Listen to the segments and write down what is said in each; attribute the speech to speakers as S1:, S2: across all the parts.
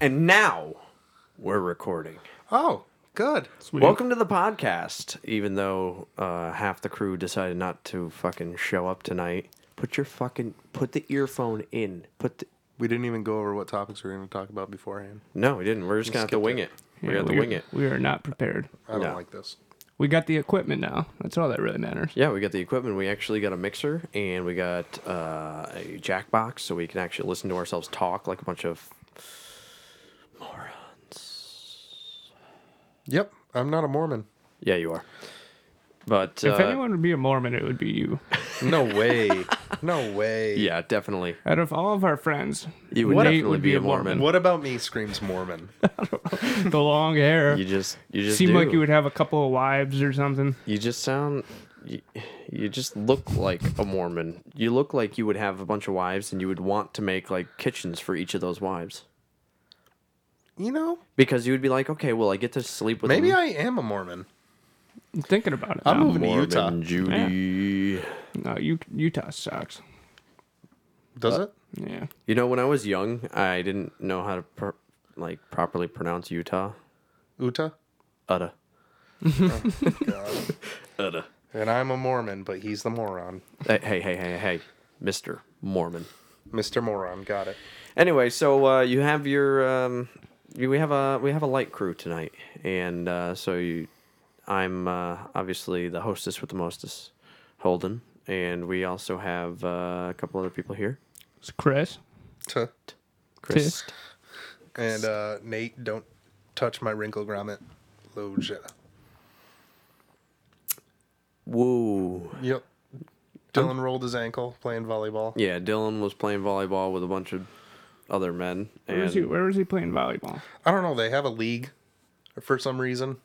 S1: And now we're recording.
S2: Oh, good.
S3: Sweet.
S1: Welcome to the podcast, even though uh, half the crew decided not to fucking show up tonight. Put your fucking put the earphone in. Put the,
S2: We didn't even go over what topics we were going to talk about beforehand.
S1: no, we didn't. We're just gonna have to
S2: skipped
S1: wing it.
S2: it.
S1: We're gonna have to
S3: we-
S1: wing it.
S3: We are not prepared.
S2: I don't
S1: No.
S2: like this.
S3: We got the equipment now. That's all that really matters.
S1: Yeah, we got the equipment. We actually got a mixer and we got uh, a jack box so we can actually listen to ourselves talk like a bunch of
S2: Yep, I'm not a Mormon.
S1: yeah, you are. But uh,
S3: if anyone would be a Mormon, it would be you.
S2: No way. no way.
S1: yeah, definitely.
S3: Out of all of our friends,
S1: You would
S3: Nate
S1: definitely be a Mormon.
S2: What about me screams Mormon?
S3: the long hair.
S1: You just you just
S3: Seemed
S1: do.
S3: like you would have a couple of wives or something.
S1: You just sound. You, you just look like a Mormon. You look like you would have a bunch of wives, and you would want to make like kitchens for each of those wives
S2: You know,
S1: because you would be like, okay, well, I get to sleep with
S2: maybe
S1: them.
S2: I am a Mormon.
S3: I'm thinking about it.
S2: I'm
S3: now.
S2: moving to Utah.
S1: Mormon Judy.
S3: No, U- Utah sucks.
S2: Does it?
S3: Yeah.
S1: You know, when I was young, I didn't know how to pro- like properly pronounce Utah.
S2: Utah?
S1: Uta.
S2: Oh, God.
S1: Uta.
S2: and I'm a Mormon, but he's the moron.
S1: Hey, hey, hey, hey, hey, Mister Mormon.
S2: Mr. Moron, got it.
S1: Anyway, so uh, you have your um, you, we have a we have a light crew tonight, and uh, so you, I'm uh, obviously the hostess with the mostest, Holden, and we also have uh, a couple other people here.
S3: It's Chris.
S2: Tuh.
S1: Chris,
S2: And uh, Nate, don't touch my wrinkle grommet. Loja.
S1: woo,
S2: Yep. Dylan rolled his ankle playing volleyball.
S1: yeah. Dylan was playing volleyball with a bunch of other men,
S3: Where
S1: and
S3: was he? Where was he playing volleyball?
S2: I don't know. They have a league for some reason.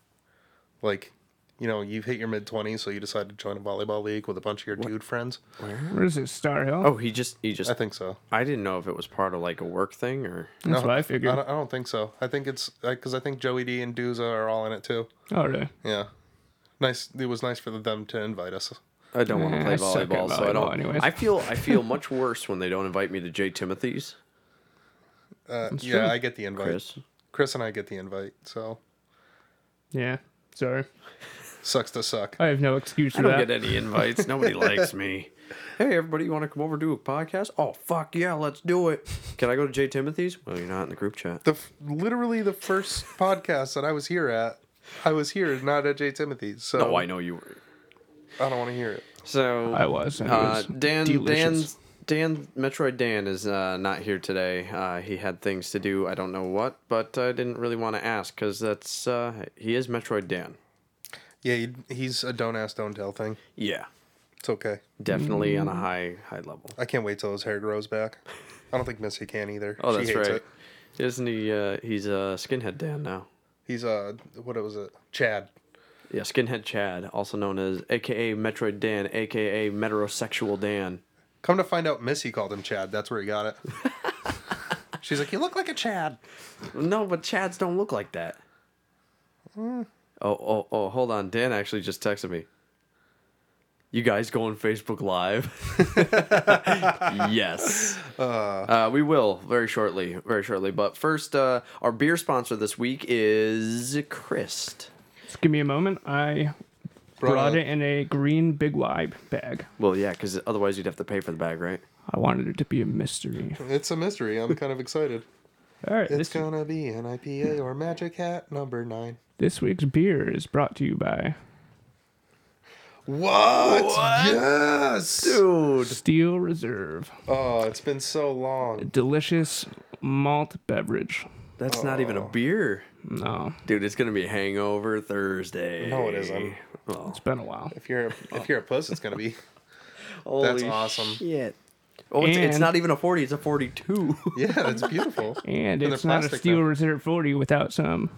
S2: Like, you know, you've hit your mid 20s, so you decide to join a volleyball league with a bunch of your dude friends.
S3: Where is this Star Hill?
S1: oh, he just he just
S2: I think so.
S1: I didn't know if it was part of like a work thing or
S3: that's
S2: No,
S3: what I
S2: I
S3: figured.
S2: don't, I don't think so. I think it's because I think Joey D and Dooza are all in it too.
S3: oh, really?
S2: Yeah. Nice. It was nice for them to invite us.
S1: I don't want to
S3: Nah,
S1: play
S3: I suck at
S1: volleyball, so I
S3: volleyball
S1: don't.
S3: anyways.
S1: I feel I feel much worse when they don't invite me to Jay Timothy's.
S2: Uh, yeah, I get the invite. Chris.
S1: Chris,
S2: and I get the invite. So
S3: Yeah. Sorry,
S2: sucks to suck.
S3: I have no excuse
S1: I
S3: for
S1: don't
S3: that.
S1: get any invites. Nobody likes me. Hey, everybody, you want to come over do a podcast? Oh, fuck yeah, let's do it. Can I go to Jay Timothy's? Well, you're not in the group chat.
S2: The f- literally the first podcast that I was here at, I was here, not at J Timothy's. So
S1: No, oh, I know you were.
S2: I don't want to hear it.
S1: So
S3: I was. and it
S1: Uh,
S3: was
S1: Dan,
S3: delicious.
S1: Dan's, Dan, Metroid Dan is uh, not here today. Uh, he had things to do. I don't know what, but I didn't really want to ask because that's uh, he is Metroid Dan.
S2: Yeah, he, he's a don't ask, don't tell thing.
S1: Yeah,
S2: It's okay.
S1: definitely
S3: Mm.
S1: on a high high level.
S2: I can't wait till his hair grows back. I don't think Missy can either.
S1: Oh,
S2: she
S1: that's
S2: hates
S1: right.
S2: It.
S1: Isn't he? Uh, he's a uh, skinhead Dan now.
S2: He's uh, what was it? Chad.
S1: Yeah, skinhead Chad, also known as AKA Metroid Dan, AKA Metrosexual Dan.
S2: Come to find out, Missy called him Chad. That's where he got it. She's like, you look like a Chad.
S1: No, but Chads don't look like that. Oh, oh, oh! Hold on, Dan actually just texted me. You guys going Facebook Live? yes. Uh, we will very shortly, very shortly. But first, uh, our beer sponsor this week is Christ.
S3: Just give me a moment. I brought,
S2: Brought
S3: it in a green Big Wide bag.
S1: Well, yeah, because otherwise you'd have to pay for the bag, right?
S3: I wanted it to be a mystery.
S2: It's a mystery. I'm kind of excited.
S3: All right,
S2: It's
S3: this,
S2: gonna be an IPA or Magic Hat number nine.
S3: this week's beer is brought to you by
S2: What? Yes,
S1: Dude,
S3: Steel Reserve,
S2: Oh, it's been so long.
S3: delicious malt beverage.
S1: that's not even a beer.
S3: No,
S1: Dude, it's gonna be Hangover Thursday.
S2: No, it isn't.
S1: Oh,
S3: it's been a while.
S2: If you're if you're a puss, it's gonna be.
S1: holy
S2: awesome.
S1: Shit. Oh, it's, it's
S3: And-
S1: not even a forty; it's a forty-two.
S2: Yeah, that's beautiful.
S3: And
S2: they're
S3: it's not a
S2: plastic
S3: Steel
S2: now.
S3: Reserve 40 without some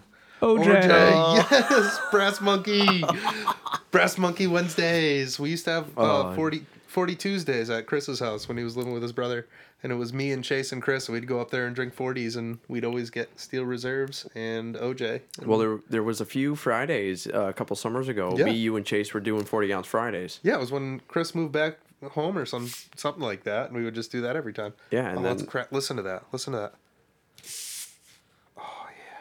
S3: OJ.
S2: OJ,
S1: Oh.
S2: yes, Brass Monkey. Brass Monkey Wednesdays. We used to have uh,
S1: Oh.
S2: 40, 40 Tuesdays at Chris's house when he was living with his brother. And it was me and Chase and Chris. And we'd go up there and drink 40s, and we'd always get steel reserves and OJ.
S1: well, there there was a few Fridays uh, a couple summers ago.
S2: Yeah.
S1: Me, you, and Chase were doing forty ounce Fridays.
S2: Yeah, it was when Chris moved back home or some something like that. And we would just do that every time.
S1: Yeah, and
S2: oh, that's
S1: then-
S2: cra- listen to that. Listen to that.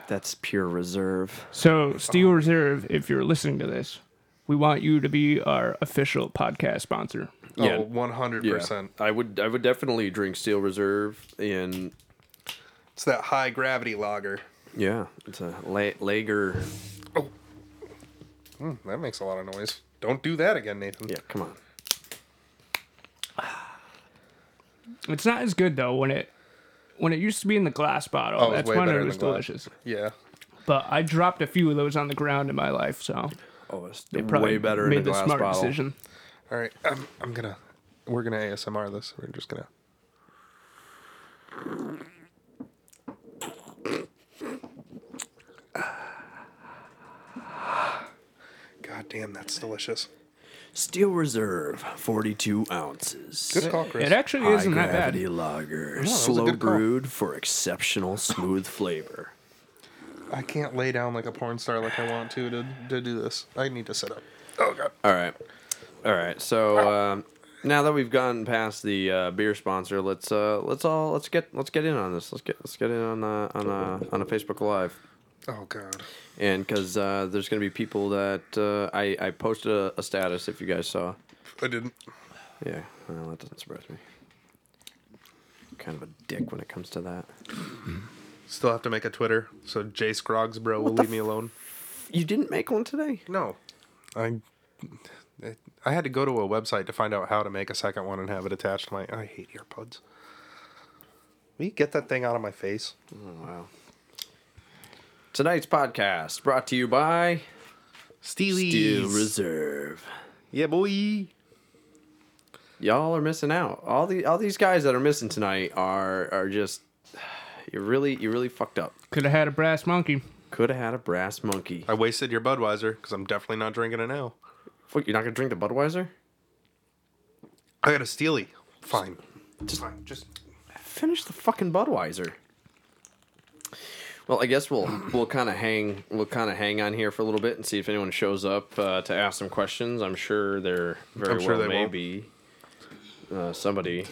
S1: That's pure reserve.
S3: So, Steel Reserve, if you're listening to this, we want you to be our official podcast sponsor.
S1: Yeah.
S2: Oh, one hundred percent.
S1: I would I would definitely drink Steel Reserve and
S2: It's that high gravity lager.
S1: yeah, it's a la- lager.
S2: Hmm, that makes a lot of noise. Don't do that again, Nathan.
S1: Yeah, come on.
S3: It's not as good though when it when it used to be in the glass bottle.
S2: Oh, it was
S3: That's
S2: way
S3: when
S2: better
S3: it
S2: in
S3: was
S2: the glass.
S3: delicious.
S2: Yeah.
S3: But I dropped a few of those on the ground in my life, so
S1: Oh, it's
S3: they probably
S1: way better
S3: made
S1: in a glass
S3: the smart
S1: bottle.
S3: decision.
S2: All right. I'm, I'm gonna. We're gonna ASMR this. We're just gonna. God damn, that's delicious.
S1: Steel Reserve, 42 ounces.
S2: Good call, Chris.
S3: It actually
S1: High
S3: isn't that bad. Oh,
S1: gravity lager,
S2: was a
S1: slow
S2: good call.
S1: brewed for exceptional smooth flavor.
S2: I can't lay down like a porn star like I want to to, to do this. I need to sit up. Oh god.
S1: All right, all right. So um, now that we've gotten past the uh, beer sponsor, let's uh, let's all let's get let's get in on this. Let's get let's get in on the on the on a Facebook Live.
S2: Oh god.
S1: And because uh, there's gonna be people that uh, I I posted a, a status if you guys saw.
S2: I didn't.
S1: Yeah, well, that doesn't surprise me. Kind of a dick when it comes to that.
S2: Still have to make a Twitter. So Jay Scroggs, bro, will
S1: the
S2: leave me alone.
S1: You didn't make one today.
S2: No. I I had to go to a website to find out how to make a second one and have it attached to my I hate earbuds. Will you get that thing out of my face?
S1: Wow. Tonight's podcast brought to you by
S2: Steely.
S1: Steel Reserve.
S2: Yeah, boy.
S1: Y'all are missing out. All the all these guys that are missing tonight are are just you really you really fucked up.
S3: Could have had a brass monkey.
S1: Could have had a brass monkey.
S2: I wasted your Budweiser because I'm definitely not drinking it now.
S1: What, you're not gonna drink the Budweiser?
S2: I got a Steely. Fine.
S1: Just-
S2: Fine. Just
S1: Finish the fucking Budweiser. Well, I guess we'll we'll kind of hang we'll kind of hang on here for a little bit and see if anyone shows up uh, to ask some questions. I'm sure there very
S2: I'm sure
S1: well
S2: they
S1: may
S2: will.
S1: be uh, somebody.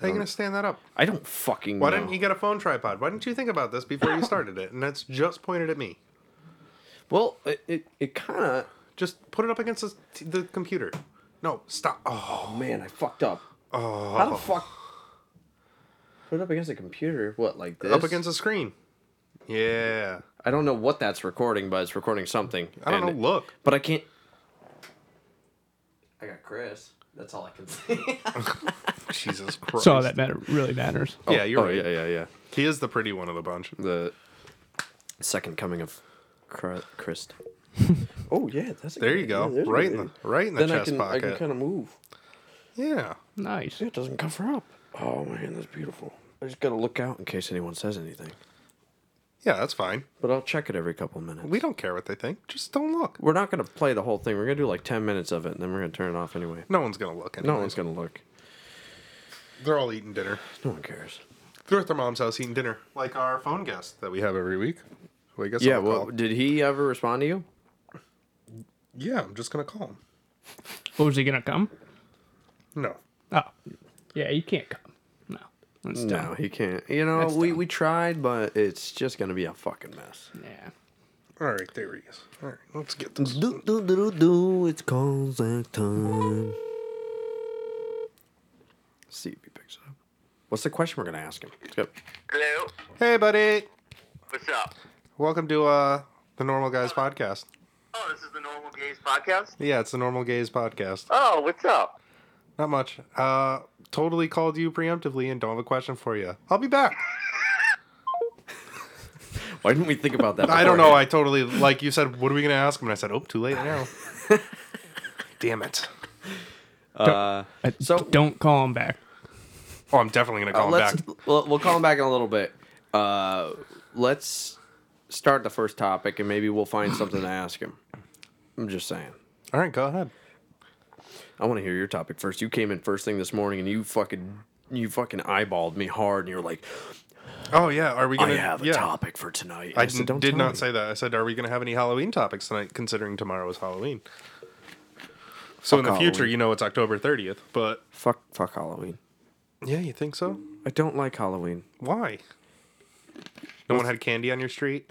S2: how you gonna stand that up?
S1: I don't fucking.
S2: Why
S1: know.
S2: didn't you get a phone tripod? Why didn't you think about this before you started it? And that's just pointed at me.
S1: Well, it it, it kind of.
S2: Just put it up against the, t- the computer. No, stop. Oh,
S1: Oh man, I fucked up. Oh. How the fuck? Put it up against a computer. What like this?
S2: up against the screen. Yeah.
S1: I don't know what that's recording, but it's recording something.
S2: I don't
S1: and-
S2: know. Look.
S1: But I can't. I got Chris. That's all I can see.
S2: Jesus Christ.
S3: So all that matter really matters.
S2: Yeah, you're
S1: oh
S2: right.
S1: yeah, Mm. yeah, yeah.
S2: He is the pretty one of the bunch.
S1: The second coming of Cr- Chris. oh yeah, that's a
S2: There
S1: good
S2: you go.
S1: idea. There's a good
S2: right in the
S1: idea.
S2: right in the
S1: Then I
S2: chest
S1: can I
S2: pocket.
S1: can kind of move.
S2: Yeah.
S3: Nice.
S1: It doesn't cover up. Oh man, that's beautiful. I just gotta look out in case anyone says anything.
S2: Yeah, that's fine.
S1: But I'll check it every couple minutes.
S2: We don't care what they think. Just don't look.
S1: We're not gonna play the whole thing. We're gonna do like ten minutes of it, and then we're gonna turn it off anyway.
S2: No one's gonna look anyway.
S1: No one's gonna look.
S2: They're all eating dinner.
S1: No one cares.
S2: They're at their mom's house eating dinner. Like our phone guest that we have every week. Well, I guess
S1: Yeah.
S2: I'll
S1: Well,
S2: call.
S1: did he ever respond to you?
S2: Yeah, I'm just gonna call him.
S3: Oh, is he gonna come?
S2: No.
S3: Oh, yeah, you can't come. No, that's dumb.
S1: No, he can't. You know,
S3: That's
S1: we
S3: dumb.
S1: we tried, but it's just gonna be a fucking mess.
S3: Yeah.
S2: All right, there he is. All right, let's get this.
S1: Do do do do do. It's Cossack time. See if he picks it up. What's the question we're gonna ask him? Let's go.
S4: Hello.
S2: Hey, buddy.
S4: What's up?
S2: Welcome to uh the Normal Guys podcast.
S4: Oh, this is the Normal Gaze podcast.
S2: Yeah, it's the Normal Gays podcast.
S4: Oh, what's up?
S2: Not much. Uh, totally called you preemptively and don't have a question for you. I'll be back.
S1: Why didn't we think about that?
S2: I don't know.
S1: beforehand?
S2: I totally like you said. What are we gonna ask him? And I said, "Oh, too late now." Damn it!
S1: Uh,
S3: Uh,
S1: So-
S3: d- don't call him back.
S2: Oh, I'm definitely gonna
S1: Uh,
S2: call
S1: let's
S2: him back.
S1: We'll, we'll call him back in a little bit. Uh, let's start the first topic, and maybe we'll find something to ask him. I'm just saying.
S2: All right, go ahead.
S1: I want to hear your topic first. You came in first thing this morning, and you fucking you fucking eyeballed me hard, and you were like,
S2: Oh yeah, are we
S1: "I
S2: gonna?
S1: have a
S2: yeah.
S1: topic for tonight."
S2: I
S1: said,
S2: didn't-
S1: "Don't
S2: did
S1: tell
S2: not
S1: me."
S2: say that. I said, "Are we gonna have any Halloween topics tonight?" Considering tomorrow is Halloween. So in the
S1: Fuck
S2: future,
S1: Halloween.
S2: you know it's October 30th, but
S1: Fuck, fuck Halloween.
S2: yeah, you think so?
S1: I don't like Halloween.
S2: Why? No one had candy on your street.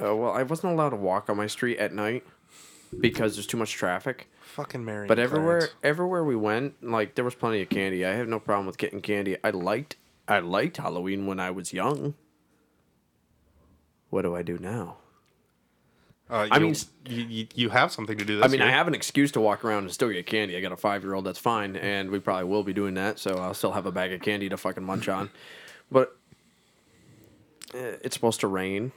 S1: Uh, well, I wasn't allowed to walk on my street at night because there's too much traffic.
S2: Fucking Mary.
S1: But
S2: and
S1: everywhere,
S2: Clarence.
S1: everywhere we went, like there was plenty of candy. I have no problem with getting candy. I liked, I liked Halloween when I was young. What do I do now?
S2: Uh,
S1: I
S2: you-
S1: mean, s-
S2: you, you, you have something to do. This
S1: I mean, I
S2: year.
S1: have an excuse to walk around and still get candy. I got a five year old, that's fine, and we probably will be doing that. So I'll still have a bag of candy to fucking munch on. But eh, it's supposed to rain.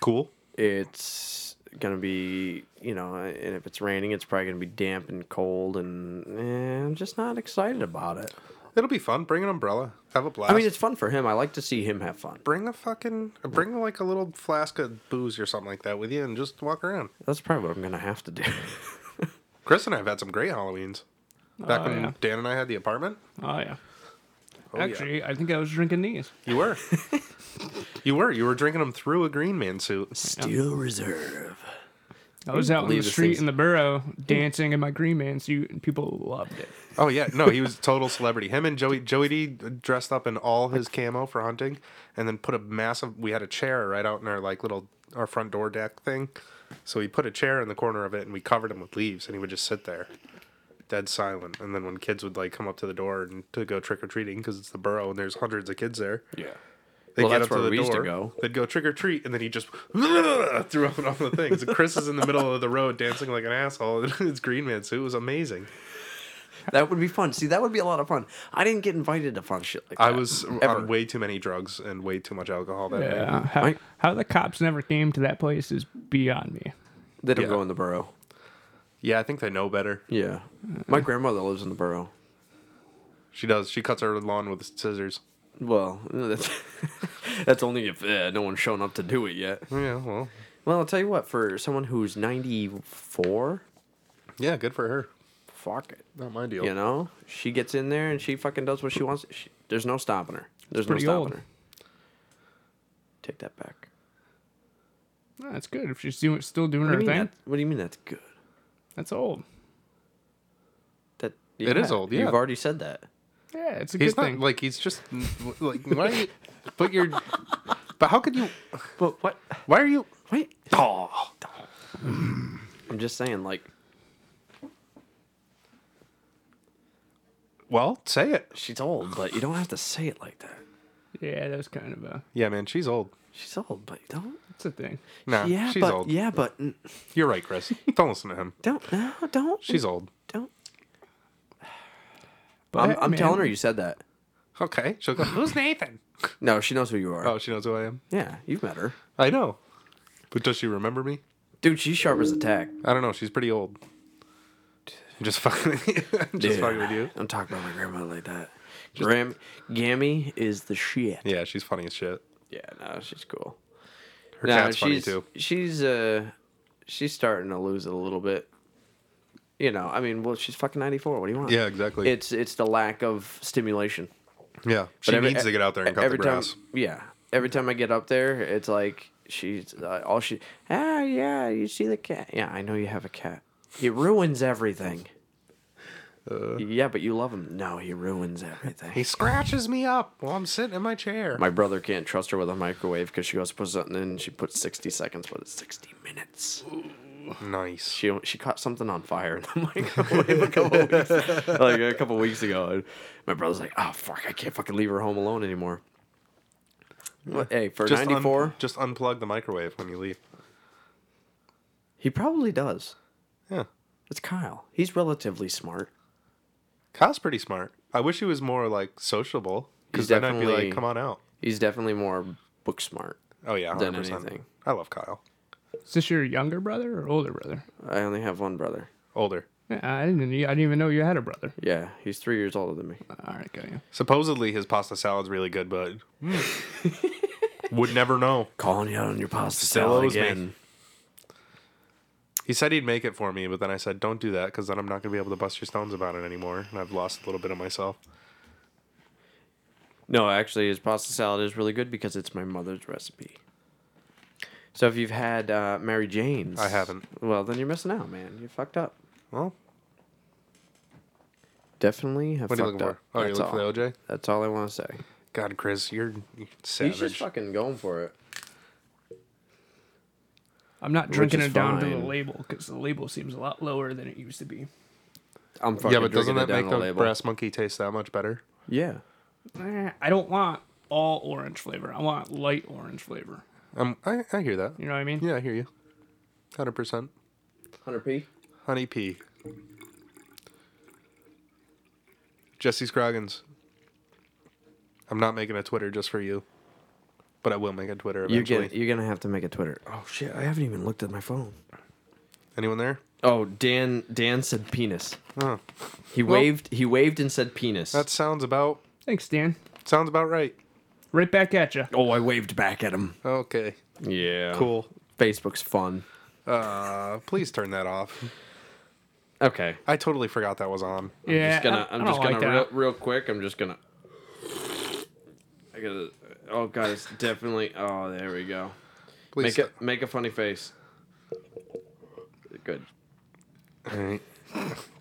S2: cool.
S1: it's gonna be you know and if it's raining it's probably gonna be damp and cold and eh, i'm just not excited about it
S2: It'll be fun. Bring an umbrella. Have a blast.
S1: i mean it's fun for him i like to see him have fun
S2: bring a fucking bring like a little flask of booze or something like that with you and just walk around.
S1: that's probably what i'm gonna have to do
S2: Chris and I have had some great Halloweens. Back
S3: Oh,
S2: when
S3: yeah.
S2: Dan and I had the apartment.
S3: Oh yeah.
S2: Oh, yeah.
S3: Actually, I think I was drinking these.
S2: you were. you were. You were drinking them through a green man suit.
S1: steel reserve
S3: I was out on the
S1: believe this
S3: street
S1: thing's-
S3: in the borough dancing in my green man suit, and people loved it.
S2: Oh yeah, no, he was a total celebrity. Him and Joey Joey D dressed up in all his camo for hunting, and then put a massive. We had a chair right out in our like little our front door deck thing, so he put a chair in the corner of it, and we covered him with leaves, and he would just sit there, dead silent. And then when kids would like come up to the door and to go trick or treating because it's the borough and there's hundreds of kids there.
S1: yeah
S2: They
S1: Well,
S2: get
S1: that's
S2: up
S1: where
S2: to the
S1: we
S2: door.
S1: used to go.
S2: They'd go trick or treat, and then he just threw out all the things. And Chris is in the middle of the road dancing like an asshole in his green man suit. It was amazing.
S1: that would be fun see that would be a lot of fun i didn't get invited to fun shit like that
S2: I was um,
S1: ever.
S2: on way too many drugs and way too much alcohol that night.
S3: Yeah. Uh, How,
S1: Right.
S3: how the cops never came to that place is beyond me.
S1: they don't
S2: yeah.
S1: go in the borough
S2: Yeah, I think they know better.
S1: yeah my grandmother lives in the borough
S2: She does. She cuts her lawn with scissors.
S1: well that's, that's only if uh, no one's shown up to do it yet
S2: Oh, Yeah, well,
S1: well i'll tell you what for someone who's 94
S2: yeah, good for her.
S1: fuck it.
S2: Not my deal.
S1: You know, she gets in there and she fucking does what she wants. She, there's no stopping her. There's no
S3: pretty
S1: stopping
S3: old.
S1: her. Take that back.
S3: No, That's good. If she's doing, still doing
S1: What do,
S3: her
S1: you mean
S3: thing,
S1: that, what do you mean that's good?
S3: that's old.
S1: That
S2: It is old, yeah.
S1: You've already said that.
S3: Yeah, it's a
S2: He's
S3: good
S2: not
S3: thing.
S2: like he's just like why? you- but you're. But how could you?
S1: But what?
S2: Why are you?
S1: Wait. Oh. I'm just saying, like,
S2: Well, say it.
S1: she's old, but you don't have to say it like that.
S3: yeah, that's kind of a.
S2: Yeah, man, she's old.
S1: She's old, but you don't.
S3: It's a thing.
S2: No,
S1: yeah,
S2: she's
S1: but
S2: old.
S1: yeah, but mm,
S2: You're right, Chris. Don't listen to him.
S1: don't. No, don't.
S2: She's old.
S1: Don't.
S3: But
S1: I'm, I'm
S3: man,
S1: telling her you said that.
S2: Okay, she'll go. Who's Nathan?
S1: No, she knows who you are.
S2: Oh, she knows who I am.
S1: Yeah, you've met her,
S2: I know. But does she remember me?
S1: dude. She's sharp as a tack.
S2: I don't know. She's pretty old. I'm just fucking. I'm just
S1: Dude,
S2: fucking with you.
S1: Don't talk about my grandmother like that. Gram Gammy is the shit.
S2: Yeah, she's funny as shit.
S1: Yeah, no, she's cool.
S2: Her
S1: no,
S2: cat's funny
S1: she's,
S2: too.
S1: She's uh she's starting to lose it a little bit. You know, I mean, well, she's fucking ninety four. What do you want?
S2: Yeah, exactly.
S1: It's it's the lack of stimulation.
S2: yeah, she
S1: But every- e,
S2: needs to get out there and cut the
S1: every time-
S2: grass.
S1: yeah, every time I get up there, it's like she's uh, all she. Ah, yeah, you see the cat. Yeah, I know you have a cat. He ruins everything. yeah, but you love him. No, he ruins everything.
S2: Uh. He scratches me up while I'm sitting in my chair.
S1: My brother can't trust her with a microwave because she goes to put something in and she puts 60 seconds, but it's 60 minutes.
S2: nice.
S1: She she caught something on fire in the microwave a couple weeks, like a couple weeks ago. And my brother's like, oh, fuck, I can't fucking leave her home alone anymore. Well, hey, for
S2: Just un-
S1: 94,
S2: just unplug the microwave when you leave.
S1: he probably does.
S2: Yeah,
S1: It's Kyle. He's relatively smart.
S2: Kyle's pretty smart. I wish he was more like sociable because
S1: He's
S2: then I'd be
S1: definitely-
S2: like, "Come on out."
S1: He's definitely more book smart.
S2: Oh yeah,
S1: Than
S2: 100%.
S1: anything.
S2: I love Kyle.
S3: Is this your younger brother or older brother?
S1: I only have one brother.
S2: Older.
S3: Yeah, I didn't. I didn't even know you had a brother.
S1: Yeah, he's three years older than me.
S3: All right, got you.
S2: Supposedly his pasta salad's really good, but would never know.
S1: Calling you out on your pasta
S2: Still
S1: salad
S2: owes me.
S1: again.
S2: He said he'd make it for me, but then I said, "Don't do that," because then I'm not gonna be able to bust your stones about it anymore, and I've lost a little bit of myself.
S1: No, actually, his pasta salad is really good because it's my mother's recipe. So if you've had uh, Mary Jane's,
S2: I haven't.
S1: Well, then you're missing out, man. You fucked up.
S2: Well,
S1: Definitely have
S2: what are you
S1: fucked
S2: looking
S1: up.
S2: for? Oh, you're
S1: That's
S2: looking for
S1: all.
S2: the OJ.
S1: That's all I want to say.
S2: God, Chris, you're you're
S1: He's just
S2: savage.
S1: fucking going for it.
S3: I'm not drinking
S1: is
S3: it down to the
S1: fine.
S3: label because the label seems a lot lower than it used to be.
S1: I'm fucking
S2: Yeah, but doesn't
S1: drinking it
S2: that
S1: down
S2: make
S1: the
S2: the
S1: label.
S2: brass monkey taste that much better?
S1: Yeah.
S3: Eh, I don't want all orange flavor. I want light orange flavor.
S2: Um, I, I hear that.
S3: You know what I mean?
S2: Yeah, I hear you. Hundred percent.
S1: 100p?
S2: Honey pea. Jesse Scroggins. I'm not making a Twitter just for you, but I will make a Twitter
S1: You
S2: eventually.
S1: get, you're going to have to make a Twitter. Oh, shit. I haven't even looked at my phone.
S2: Anyone there?
S1: Oh, Dan Dan said penis.
S2: Oh,
S1: He waved he waved and said penis.
S2: that sounds about
S3: Thanks, Dan.
S2: sounds about right.
S3: Right back at you.
S1: Oh, I waved back at him.
S2: Okay,
S1: Yeah.
S2: cool.
S1: Facebook's fun.
S2: Uh, please turn that off.
S1: Okay.
S2: I totally forgot that was on.
S3: Yeah.
S1: just gonna.
S3: I- I
S1: I'm
S3: don't
S1: just gonna
S3: like that.
S1: real, real quick. I'm just gonna. I gotta. Oh god, it's definitely. Oh, there we go.
S2: Please.
S1: Make it. Make a funny face. Good.
S2: All right.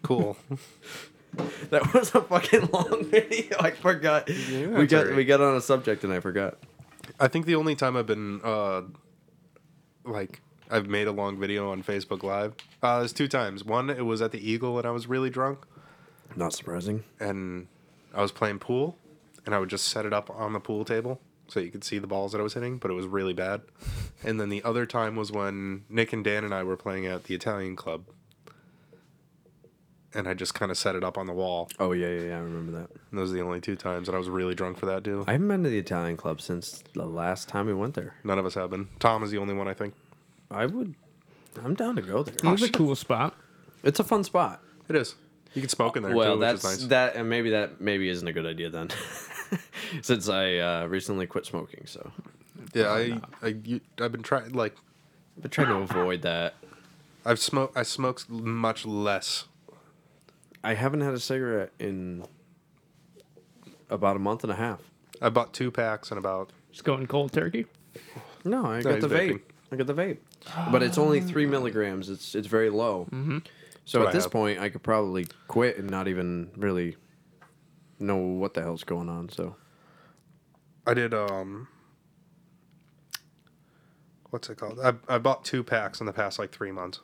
S2: Cool.
S1: That was a fucking long video. I forgot. we
S2: that's
S1: got
S2: alright.
S1: we got on a subject and I forgot.
S2: I think the only time I've been uh, like I've made a long video on Facebook Live. Uh, there's two times. One, it was at the Eagle and I was really drunk,
S1: Not surprising.
S2: and I was playing pool, and I would just set it up on the pool table so you could see the balls that I was hitting, but it was really bad. And then the other time was when Nick and Dan and I were playing at the Italian Club, and I just kind of set it up on the wall.
S1: Oh yeah, yeah, yeah. I remember that.
S2: And those are the only two times, and I was really drunk for that too.
S1: I haven't been to the Italian club since the last time we went there.
S2: None of us have been. Tom is the only one I think.
S1: I would. I'm down to go there.
S3: It was a cool spot.
S1: It's a fun spot.
S2: It is. You can smoke in there
S1: Well,
S2: too,
S1: that's
S2: which is nice.
S1: that, and maybe that maybe isn't a good idea then, since I uh, recently quit smoking. So
S2: Yeah, I, I you, I've been trying like
S1: I've been trying to avoid that.
S2: I've smoked I smoked much less.
S1: I haven't had a cigarette in about a month and a half.
S2: I bought two packs and about
S3: Just going cold turkey.
S1: No, I
S2: he's
S1: got the
S2: vaping.
S1: vape. I got the vape, but it's only three milligrams. It's it's very low. Mm-hmm. So
S2: what
S1: at
S2: I
S1: this
S2: have.
S1: point, I could probably quit and not even really know what the hell's going on. So
S2: I did um what's it called? I I bought two packs in the past like 3 months.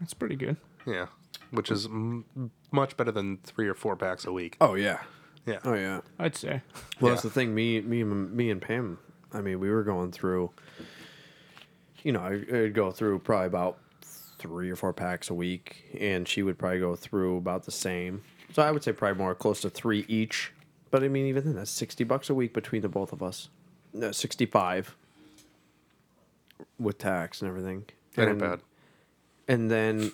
S3: That's pretty good.
S2: Yeah, which is m- much better than 3 or 4 packs a week.
S1: oh yeah,
S2: Yeah.
S1: oh yeah.
S3: I'd say.
S1: Well,
S2: Yeah.
S1: that's the thing. Me, me, and- me, and Pam. I mean, we were going through. You know, I- I'd go through probably about three or four packs a week, and she would probably go through about the same. So I would say probably more close to three each. But I mean, even then, that's sixty bucks a week between the both of us. No, sixty-five with tax and everything.
S2: That ain't
S1: and,
S2: bad.
S1: And then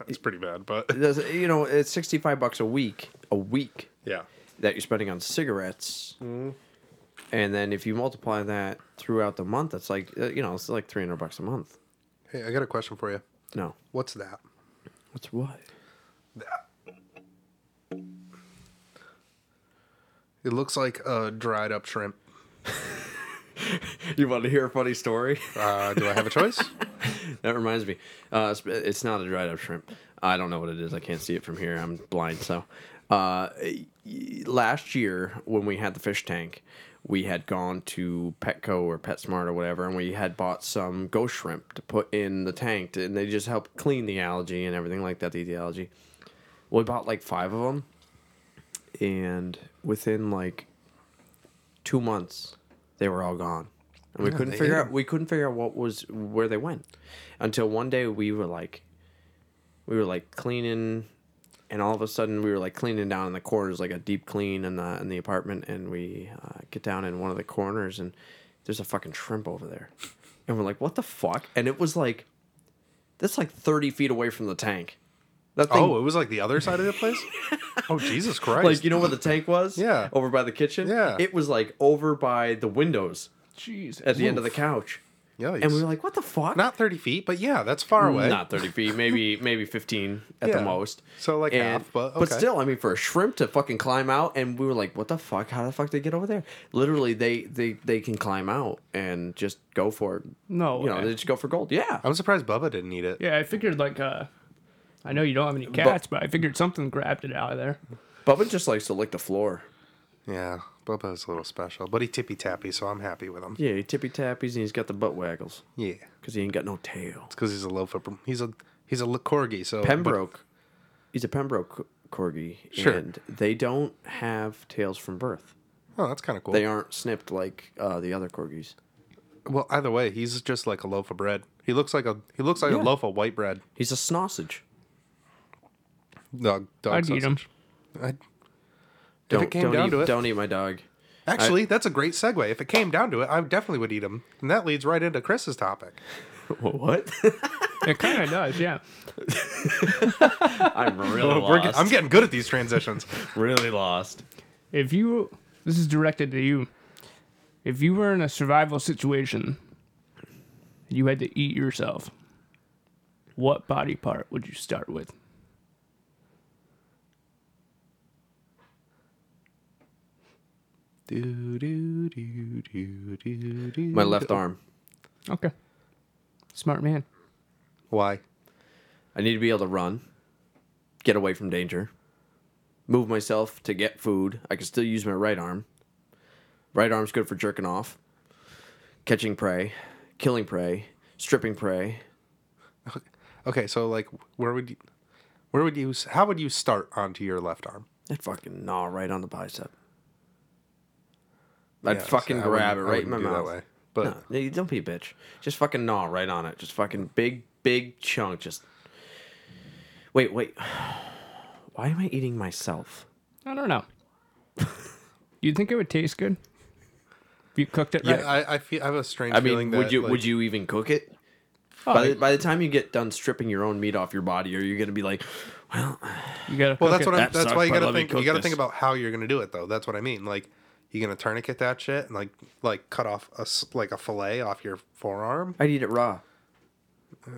S2: That's pretty bad, but
S1: there's- you know, it's sixty-five bucks a week. A week
S2: yeah.
S1: that you're spending on cigarettes. And then if you multiply that throughout the month, that's like uh, you know it's like three hundred bucks a month.
S2: Hey, I got a question for you.
S1: No,
S2: What's that?
S1: what's what?
S2: It looks like a dried up shrimp.
S1: You want to hear a funny story?
S2: Uh, do I have a choice?
S1: that reminds me, uh, it's, it's not a dried up shrimp. I don't know what it is. I can't see it from here. I'm blind. So, uh, y- last year when we had the fish tank, we had gone to Petco or PetSmart or whatever, and we had bought some ghost shrimp to put in the tank, and they just help clean the algae and everything like that. The algae. Well, we bought like five of them, and within like two months, they were all gone, and we couldn't
S2: they
S1: figure
S2: ate
S1: out. We couldn't figure out what was where they went, until one day we were like, we were like cleaning, and all of a sudden we were like cleaning down in the corners, like a deep clean in the in the apartment, and we uh, get down in one of the corners, and there's a fucking shrimp over there, and we're like, what the fuck? And it was like, that's like thirty feet away from the tank. That thing
S2: Oh, it was like the other side of the place? Oh, Jesus Christ.
S1: like you know where the tank was?
S2: Yeah.
S1: Over by the kitchen.
S2: Yeah.
S1: It was like over by the windows
S3: Jesus.
S1: at the end of the couch.
S2: Yikes.
S1: And we were like, what the fuck?
S2: Not 30 feet, but yeah, that's far away.
S1: Not thirty feet, maybe maybe fifteen at
S2: Yeah.
S1: the most.
S2: So, like,
S1: And-
S2: half, but okay.
S1: still, I mean, for a shrimp to fucking climb out, and we were like, "What the fuck? How the fuck did they get over there?" Literally, they they they can climb out and just go for it.
S3: No
S1: you know,
S3: way.
S1: they just go for gold. Yeah,
S2: I'm surprised Bubba didn't eat it.
S3: Yeah, I figured like uh I know you don't have any cats, but, I figured something grabbed it out of there.
S1: Bubba just likes to lick the floor.
S2: Yeah, Bubba's a little special, but he tippy tappy, so I'm happy with him.
S1: Yeah, he tippy tappies and he's got the butt waggles
S2: Yeah,
S1: because he ain't got no tail.
S2: because he's a loaf of he's a he's a li- corgi. So but-
S1: Pembroke, he's a Pembroke corgi,
S2: Sure.
S1: and they don't have tails from birth.
S2: Oh, that's kind of cool.
S1: They aren't snipped like uh, the other corgis.
S2: Well, either way, he's just like a loaf of bread. He looks like a he looks like
S1: Yeah.
S2: a loaf of white bread.
S1: He's a snossage.
S2: Dog, dog
S3: I'd eat 'em.
S2: sausage. I'd-
S1: Don't,
S2: it came
S1: don't
S2: down
S1: eat,
S2: to it.
S1: don't eat my dog.
S2: actually, that's a great segue. If it came down to it, I definitely would eat him, and that leads right into Chris's topic.
S1: What?
S3: It kind of does, yeah.
S1: I'm really
S2: We're get- I'm getting good at these transitions.
S1: really lost.
S3: If you, this is directed to you. If you were in a survival situation, and you had to eat yourself. What body part would you start with?
S1: My left arm.
S3: Okay. Smart man.
S2: Why?
S1: I need to be able to run, get away from danger, move myself to get food. I can still use my right arm. Right arm's good for jerking off, catching prey, killing prey, stripping prey.
S2: Okay, so like, where would you, where would you, how would you start onto your left arm?
S1: I'd fucking gnaw right on the bicep. I'd
S2: Yeah,
S1: fucking
S2: so I
S1: grab it
S2: wouldn't- I
S1: right in my
S2: wouldn't do
S1: mouth.
S2: That way. But
S1: No, no, you don't be a bitch. Just fucking gnaw right on it. Just fucking big, big chunk. Just wait, wait. Why am I eating myself?
S3: I don't know. you think it would taste good? If you cooked it right?
S2: yeah, I, I feel I have a strange
S1: I mean,
S2: feeling that
S1: would you
S2: like,
S1: would you even cook it?
S3: Oh,
S1: by, the, by the time you get done stripping your own meat off your body, are you gonna be like, well,
S3: you gotta
S2: Well,
S3: cook
S2: that's
S3: it.
S2: what I'm,
S1: That
S2: that's
S1: sucks,
S2: why you
S1: but
S2: gotta
S1: let me
S2: think. You
S1: cook
S2: gotta
S1: this.
S2: think about how you're gonna do it, though. That's what I mean. Like, you gonna tourniquet that shit and like like cut off a s- like a fillet off your forearm.
S1: I'd eat it raw.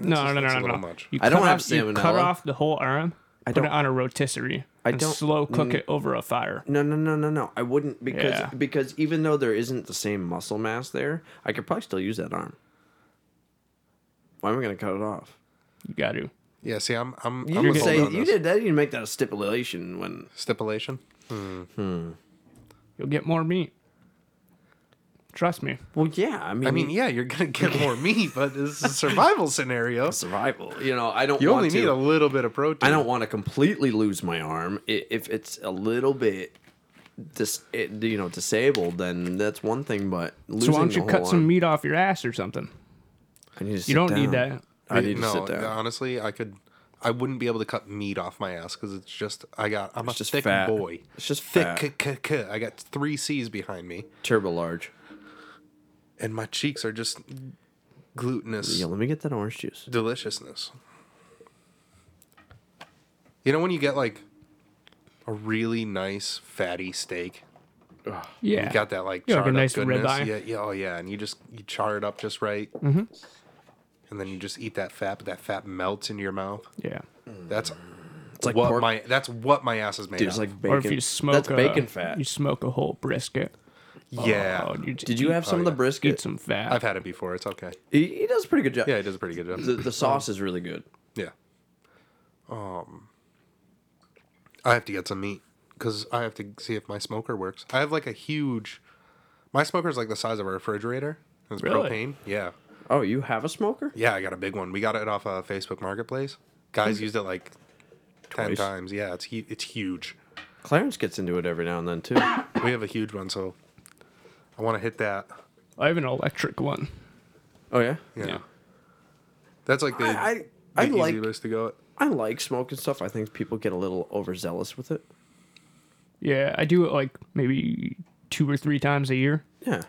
S3: No, no, no,
S2: it's a
S3: no, no.
S2: little much.
S3: You
S1: I don't
S3: cut
S1: have
S3: off- you cut
S1: salmonella.
S3: off the whole arm. I
S1: don't-
S3: Put it on a rotisserie.
S1: I
S3: and
S1: don't-
S3: slow cook it over a fire.
S1: No, no, no, no, no. I wouldn't because
S3: Yeah.
S1: because even though there isn't the same muscle mass there, I could probably still use that arm. Why am I gonna cut it off?
S3: You got to.
S2: Yeah. See, I'm I'm
S1: You
S2: I'm
S1: didn't
S2: with
S1: say
S2: Holden on
S1: you
S2: this.
S1: did that. You didn't make that a stipulation when
S2: stipulation.
S3: You'll get more meat. Trust me.
S1: Well, yeah, I mean,
S2: I mean, yeah, you're gonna get more meat, but this is a survival scenario.
S1: survival. You know, I don't.
S2: You
S1: want
S2: only
S1: to,
S2: need a little bit of protein.
S1: I don't want to completely lose my arm. I- If it's a little bit, dis, it, you know, disabled, then that's one thing. But losing
S3: So why don't you
S1: the
S3: cut
S1: whole
S3: some
S1: arm-
S3: meat off your ass or something?
S1: I need to sit
S3: You don't need
S1: down.
S3: that.
S1: I need to
S2: no,
S1: sit down.
S2: honestly, I could. I wouldn't be able to cut meat off my ass because it's just I got. I'm
S1: It's
S2: a
S1: just
S2: thick
S1: fat.
S2: boy.
S1: It's just
S2: thick.
S1: fat.
S2: K- k- k- I got three C's behind me,
S1: Turbo large.
S2: and my cheeks are just glutinous
S1: Yeah, let me get that orange juice.
S2: deliciousness. You know when you get like a really nice fatty steak,
S3: Yeah.
S2: you got that like
S3: Yeah, like a
S2: charred up
S3: nice
S2: goodness.
S3: ribeye. Mm-hmm.
S2: Yeah, yeah, oh yeah, and you just you char it up just right, and then you just eat that fat, but that fat melts into your mouth.
S3: Yeah.
S2: That's
S1: It's like
S2: what
S1: pork.
S2: my that's what my ass is made
S1: dude, it's
S2: of.
S1: like
S3: Or
S1: bacon.
S3: if you smoke
S1: that's
S3: a,
S1: bacon fat.
S3: You smoke a whole brisket.
S2: yeah,
S3: Oh, you just
S1: Did you
S3: eat-
S1: have some of the
S2: yeah.
S1: brisket?
S3: eat some fat?
S2: I've had it before. It's okay.
S1: he, he does a pretty good job.
S2: Yeah, it does a pretty good job.
S1: The, the sauce is really good.
S2: yeah. Um, I have to get some meat because I have to see if my smoker works. I have like a huge, my smoker is like the size of a refrigerator. It's
S3: Really?
S2: propane. Yeah,
S1: Oh, you have a smoker?
S2: yeah. I got a big one. We got it off of Facebook Marketplace. Guys used it like ten
S1: Twice.
S2: times. Yeah, it's hu- it's huge.
S1: Clarence gets into it every now and then too.
S2: We have a huge one, so I want to hit that.
S3: I have an electric one.
S1: oh yeah.
S2: Yeah, that's like the,
S1: I I,
S2: the
S1: I
S2: easy
S1: like
S2: place to go.
S1: I like smoking stuff. I think people get a little overzealous with it.
S3: Yeah, I do it like maybe two or three times a year.
S1: Yeah.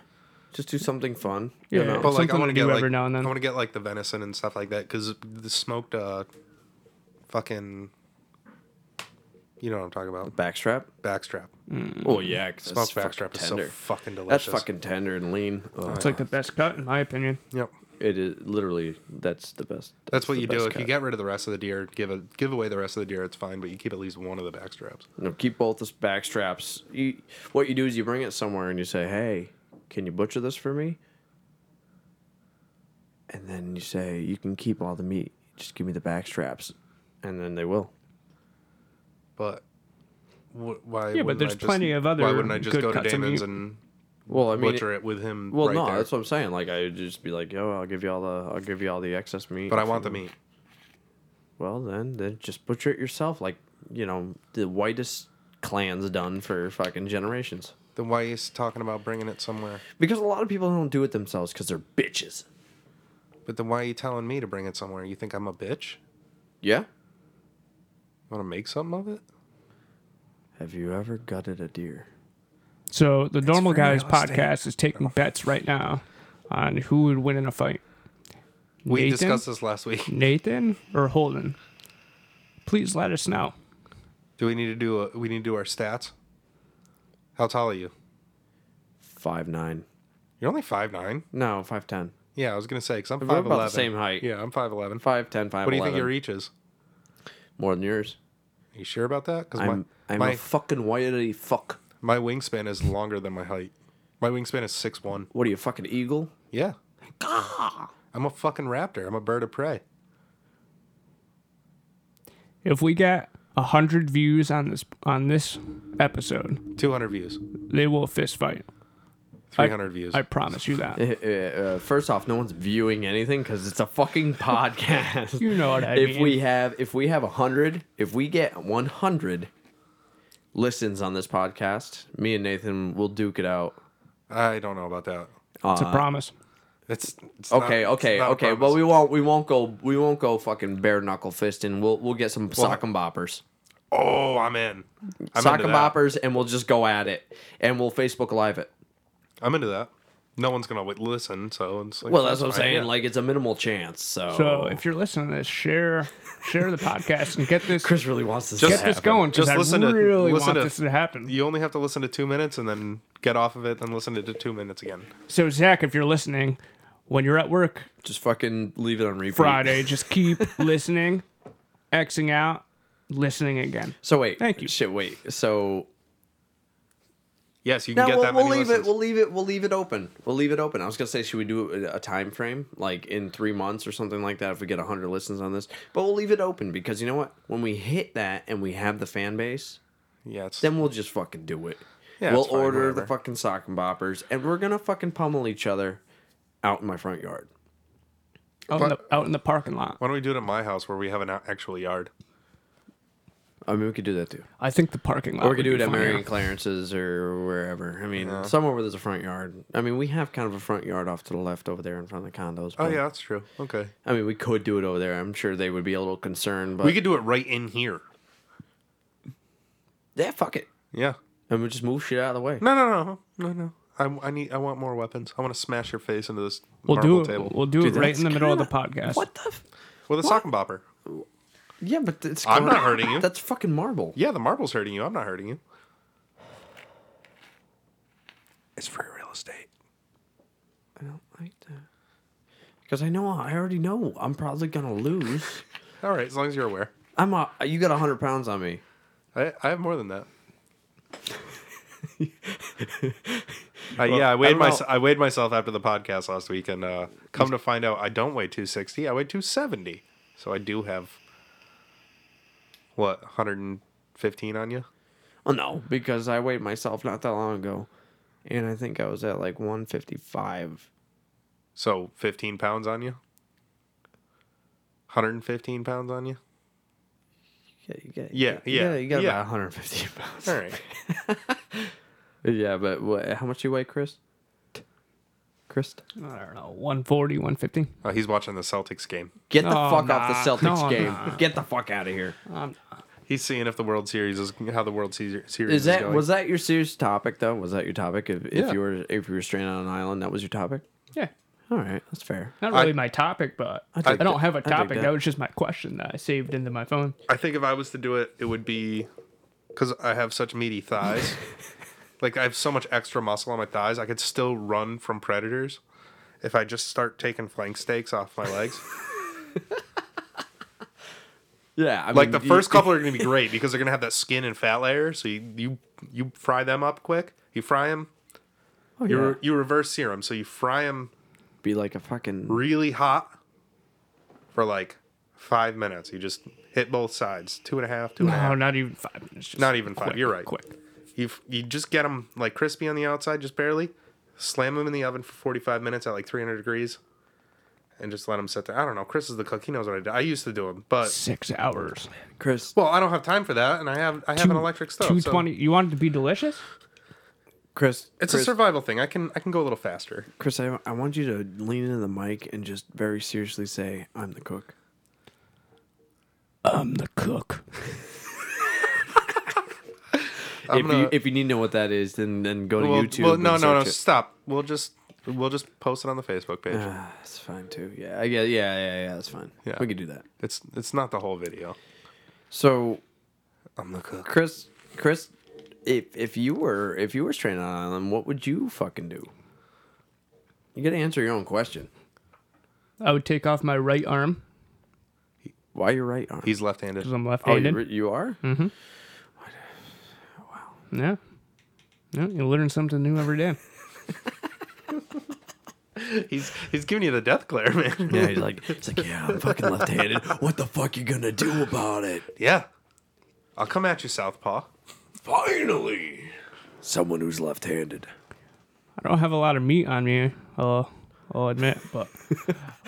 S1: Just do something fun.
S3: Yeah.
S1: You know?
S2: But like, I
S3: Something
S2: want to
S3: to
S2: get
S3: do
S2: like,
S3: every now and then.
S2: I want to get like the venison and stuff like that because the smoked, uh, fucking, you know what I'm talking about,
S1: Backstrap.
S2: backstrap.
S1: Oh yeah, 'cause that's
S2: Smoked
S1: fucking
S2: backstrap is so
S1: tender.
S2: fucking delicious.
S1: that's fucking tender and lean. Oh,
S3: It's like the best cut, in my opinion.
S2: Yep.
S1: it is literally that's the best.
S2: That's what
S1: the
S2: you do.
S1: best
S2: If you
S1: cut.
S2: get rid of the rest of the deer, give a give away the rest of the deer, it's fine. But you keep at least one of the backstraps.
S1: No, keep both the back straps. You, what you do is you bring it somewhere and you say, "Hey, can you butcher this for me?" And then you say, "You can keep all the meat. Just give me the back straps," and then they will.
S2: But wh- why?
S3: Yeah, but
S2: wouldn't
S3: there's
S2: I just-
S3: plenty of other
S2: Why wouldn't I just
S3: good
S2: go to
S3: cuts of
S2: Damon's
S3: meat.
S2: and
S1: Well, I mean,
S2: butcher it with him?
S1: well,
S2: right
S1: no,
S2: there?
S1: that's what I'm saying. Like, I would just be like, yo, I'll give you all the, I'll give you all the excess meat.
S2: but I
S1: if
S2: want the
S1: you-
S2: meat.
S1: Well, then, then just butcher it yourself, like you know the whitest clans done for fucking generations.
S2: Then why is he talking about bringing it somewhere?
S1: Because a lot of people don't do it themselves because they're bitches.
S2: But then why are you telling me to bring it somewhere? You think I'm a bitch?
S1: Yeah.
S2: Want to make something of it?
S1: Have you ever gutted a deer?
S3: So the normal
S2: very
S3: guys
S2: interesting.
S3: podcast is taking bets right now on who would win in a fight.
S2: We
S3: Nathan,
S2: discussed this last week.
S3: Nathan or Holden. Please let us know.
S2: Do we need to do a, we need to do our stats? How tall are you?
S1: Five nine.
S2: You're only five nine.
S1: No, five ten.
S2: Yeah, I was gonna say because I'm
S1: We're
S2: five
S1: about
S2: eleven.
S1: the same height.
S2: Yeah, I'm five eleven.
S1: Five ten, five
S2: What do you think
S1: eleven.
S2: your reach is?
S1: More than yours.
S2: Are you sure about that? Because my
S1: I'm I'm
S2: my,
S1: a fucking whitey fuck.
S2: my wingspan is longer than my height. My wingspan is six one.
S1: What are you fucking eagle?
S2: Yeah. I'm a fucking raptor. I'm a bird of prey.
S3: If we get hundred views on this on this episode,
S2: Two hundred views.
S3: they will fist fight.
S2: Three hundred views.
S3: I promise you that.
S1: Uh, uh, first off, no one's viewing anything because it's a fucking podcast.
S3: You know what I
S1: if
S3: mean.
S1: we have if we have a hundred, if we get one hundred listens on this podcast, me and Nathan will duke it out.
S2: I don't know about that.
S3: it's a promise.
S2: It's, it's not-
S1: Okay,
S2: it's
S1: okay,
S2: not a
S1: okay. Well,
S2: promise.
S1: we won't we won't go we won't go fucking bare knuckle fisting. We'll we'll get some sock and boppers,
S2: Oh, I'm in. I'm
S1: sock
S2: into
S1: and
S2: that.
S1: boppers, and we'll just go at it, and we'll Facebook Live it.
S2: I'm into that. No one's gonna wait, listen, so it's like
S1: Well, that's what I'm
S2: fine,
S1: saying.
S2: yeah.
S1: Like it's a minimal chance. So,
S3: So if you're listening to this, share share the podcast and get this
S1: Chris really wants this,
S2: Just-
S1: to
S3: get this
S1: happen.
S3: going.
S2: Just
S3: Just I
S2: listen to-
S3: really
S2: listen
S3: want
S2: to-
S3: this to happen.
S2: you only have to listen to two minutes and then get off of it and listen to the two minutes again.
S3: So Zach, if you're listening, when you're at work
S1: just fucking leave it on repeat.
S3: Friday, just keep listening, Xing out, listening again.
S1: So wait,
S3: Thank you.
S1: Shit, wait. So
S2: Yes, you can
S1: no,
S2: get
S1: we'll,
S2: that
S1: we'll
S2: many
S1: leave
S2: listens.
S1: it. We'll leave it. We'll leave it open. We'll leave it open. I was gonna say, should we do a, a time frame, like in three months or something like that, if we get hundred listens on this? But we'll leave it open because you know what? When we hit that and we have the fan base,
S2: yeah, it's,
S1: then we'll just fucking do it.
S2: Yeah,
S1: we'll
S2: it's fine,
S1: order the
S2: whatever.
S1: fucking sock and boppers, and we're gonna fucking pummel each other out in my front yard.
S3: Out, in, the, out in the parking lot.
S2: why don't we do it at my house where we have an a- actual yard?
S1: I mean, we could do that too.
S3: I think the parking lot.
S1: Or we could
S3: would
S1: do it
S3: be
S1: at
S3: funnier.
S1: Marion Clarence's or wherever. I mean, somewhere where there's a front yard. I mean, we have kind of a front yard off to the left over there in front of the condos.
S2: Oh
S1: but-
S2: yeah, that's true. Okay,
S1: I mean, we could do it over there. I'm sure they would be a little concerned, but
S2: we could do it right in here.
S1: yeah, fuck it.
S2: Yeah.
S1: And we just move shit out of the way.
S2: No, no, no, no, no. I, I need. I want more weapons. I want to smash your face into this
S3: We'll
S2: marble
S3: do it.
S2: table
S3: We'll do
S1: Dude,
S3: it right
S1: that's
S3: in the middle of the
S1: kinda-
S3: podcast.
S1: What the? F-
S2: with a sock and bopper.
S1: yeah, but it's.
S2: I'm not
S1: gonna-
S2: hurting you.
S1: That's fucking marble.
S2: Yeah, the marble's hurting you. I'm not hurting you. It's free real estate.
S1: I don't like that. Because I know, I already know. I'm probably gonna lose.
S2: All right, as long as you're aware.
S1: I'm a. You got hundred pounds on me.
S2: I, I have more than that. Uh, yeah, I weighed
S1: don't
S2: my,
S1: know.
S2: I weighed myself after the podcast last week, and uh, come to find out, I don't weigh 260. I weigh 270. So I do have what 115 on you.
S1: Well, Oh, no, because I weighed myself not that long ago, and I think I was at like 155.
S2: So 15 pounds on you. 115 pounds on you.
S1: Yeah, you got,
S2: Yeah,
S1: you got, you
S2: yeah,
S1: got- you got
S2: yeah.
S1: about 150 pounds.
S2: All right.
S1: Yeah, but what, how much you weigh, Chris? Chris?
S3: I don't know. 140, 150.
S2: Uh, he's watching the Celtics game.
S1: Get the
S3: No,
S1: fuck
S3: nah.
S1: off the Celtics
S3: No,
S1: game.
S3: nah.
S1: Get the fuck out of here.
S2: He's seeing if the World Series is how the World Se- Series
S1: Is that
S2: going.
S1: was that your serious topic though? Was that your topic? If,
S2: Yeah.
S1: if you were if you were stranded on an island, that was your topic.
S3: Yeah.
S1: All right, that's fair.
S3: Not
S2: I-
S3: really my topic, but I,
S1: dig
S3: don't
S1: that.
S3: have
S1: I
S3: a
S1: dig
S3: topic.
S1: that.
S3: That. was just my question that I saved into my phone.
S2: I think if I was to do it, it would be because I have such meaty thighs. like I have so much extra muscle on my thighs, I could still run from predators if I just start taking flank steaks off my legs.
S1: Yeah, I
S2: like
S1: mean,
S2: the
S1: you-
S2: first couple are going to be great because they're going to have that skin and fat layer. So you you you fry them up quick. You fry them.
S1: Oh,
S2: you re- you reverse sear them. So you fry them
S1: be like a fucking
S2: really hot for like five minutes. You just hit both sides, two and a half, two and a half.
S3: No, not even five minutes. Just
S2: Not even five.
S3: quick,
S2: You're right.
S3: Quick.
S2: You you just get them like crispy on the outside, just barely. Slam them in the oven for 45 minutes at like 300 degrees, and just let them sit there. I don't know. Chris is the cook. He knows what I do. I used to do them, but
S3: Six hours.
S1: Chris,
S2: well, I don't have time for that, and I have I have an electric stove. Oh, so-
S3: Two twenty. You want it to be delicious?
S1: Chris,
S2: It's
S1: Chris,
S2: a survival thing. I can I can go a little faster.
S1: Chris, I, I want you to lean into the mic and just very seriously say, "I'm the cook."
S3: I'm the cook.
S2: I'm
S1: if you
S2: gonna-
S1: if you need to know what that is, then then go to
S2: well,
S1: YouTube.
S2: well, no,
S1: and
S2: no, no.
S1: search it.
S2: Stop. We'll just we'll just post it on the Facebook page.
S1: Ah, it's fine too. Yeah, I guess, yeah, yeah, yeah. That's fine.
S2: Yeah.
S1: we can do that.
S2: It's it's not the whole video.
S1: So,
S2: I'm the cook.
S1: Chris, Chris, if if you were if you were stranded on an island, what would you fucking do? You gotta answer your own question.
S3: I would take off my right arm
S1: Why your right arm?
S2: He's left-handed.
S3: because I'm
S1: oh, you,
S3: left-handed.
S1: re- you are.
S3: yeah. Yeah, you learn something new every day.
S2: He's he's giving you the death glare, man.
S1: Yeah, he's like, it's like, yeah, I'm fucking left-handed. What the fuck you gonna do about it?
S2: yeah. I'll come at you, Southpaw.
S1: Finally, someone who's left-handed.
S3: I don't have a lot of meat on me. I'll, I'll admit, but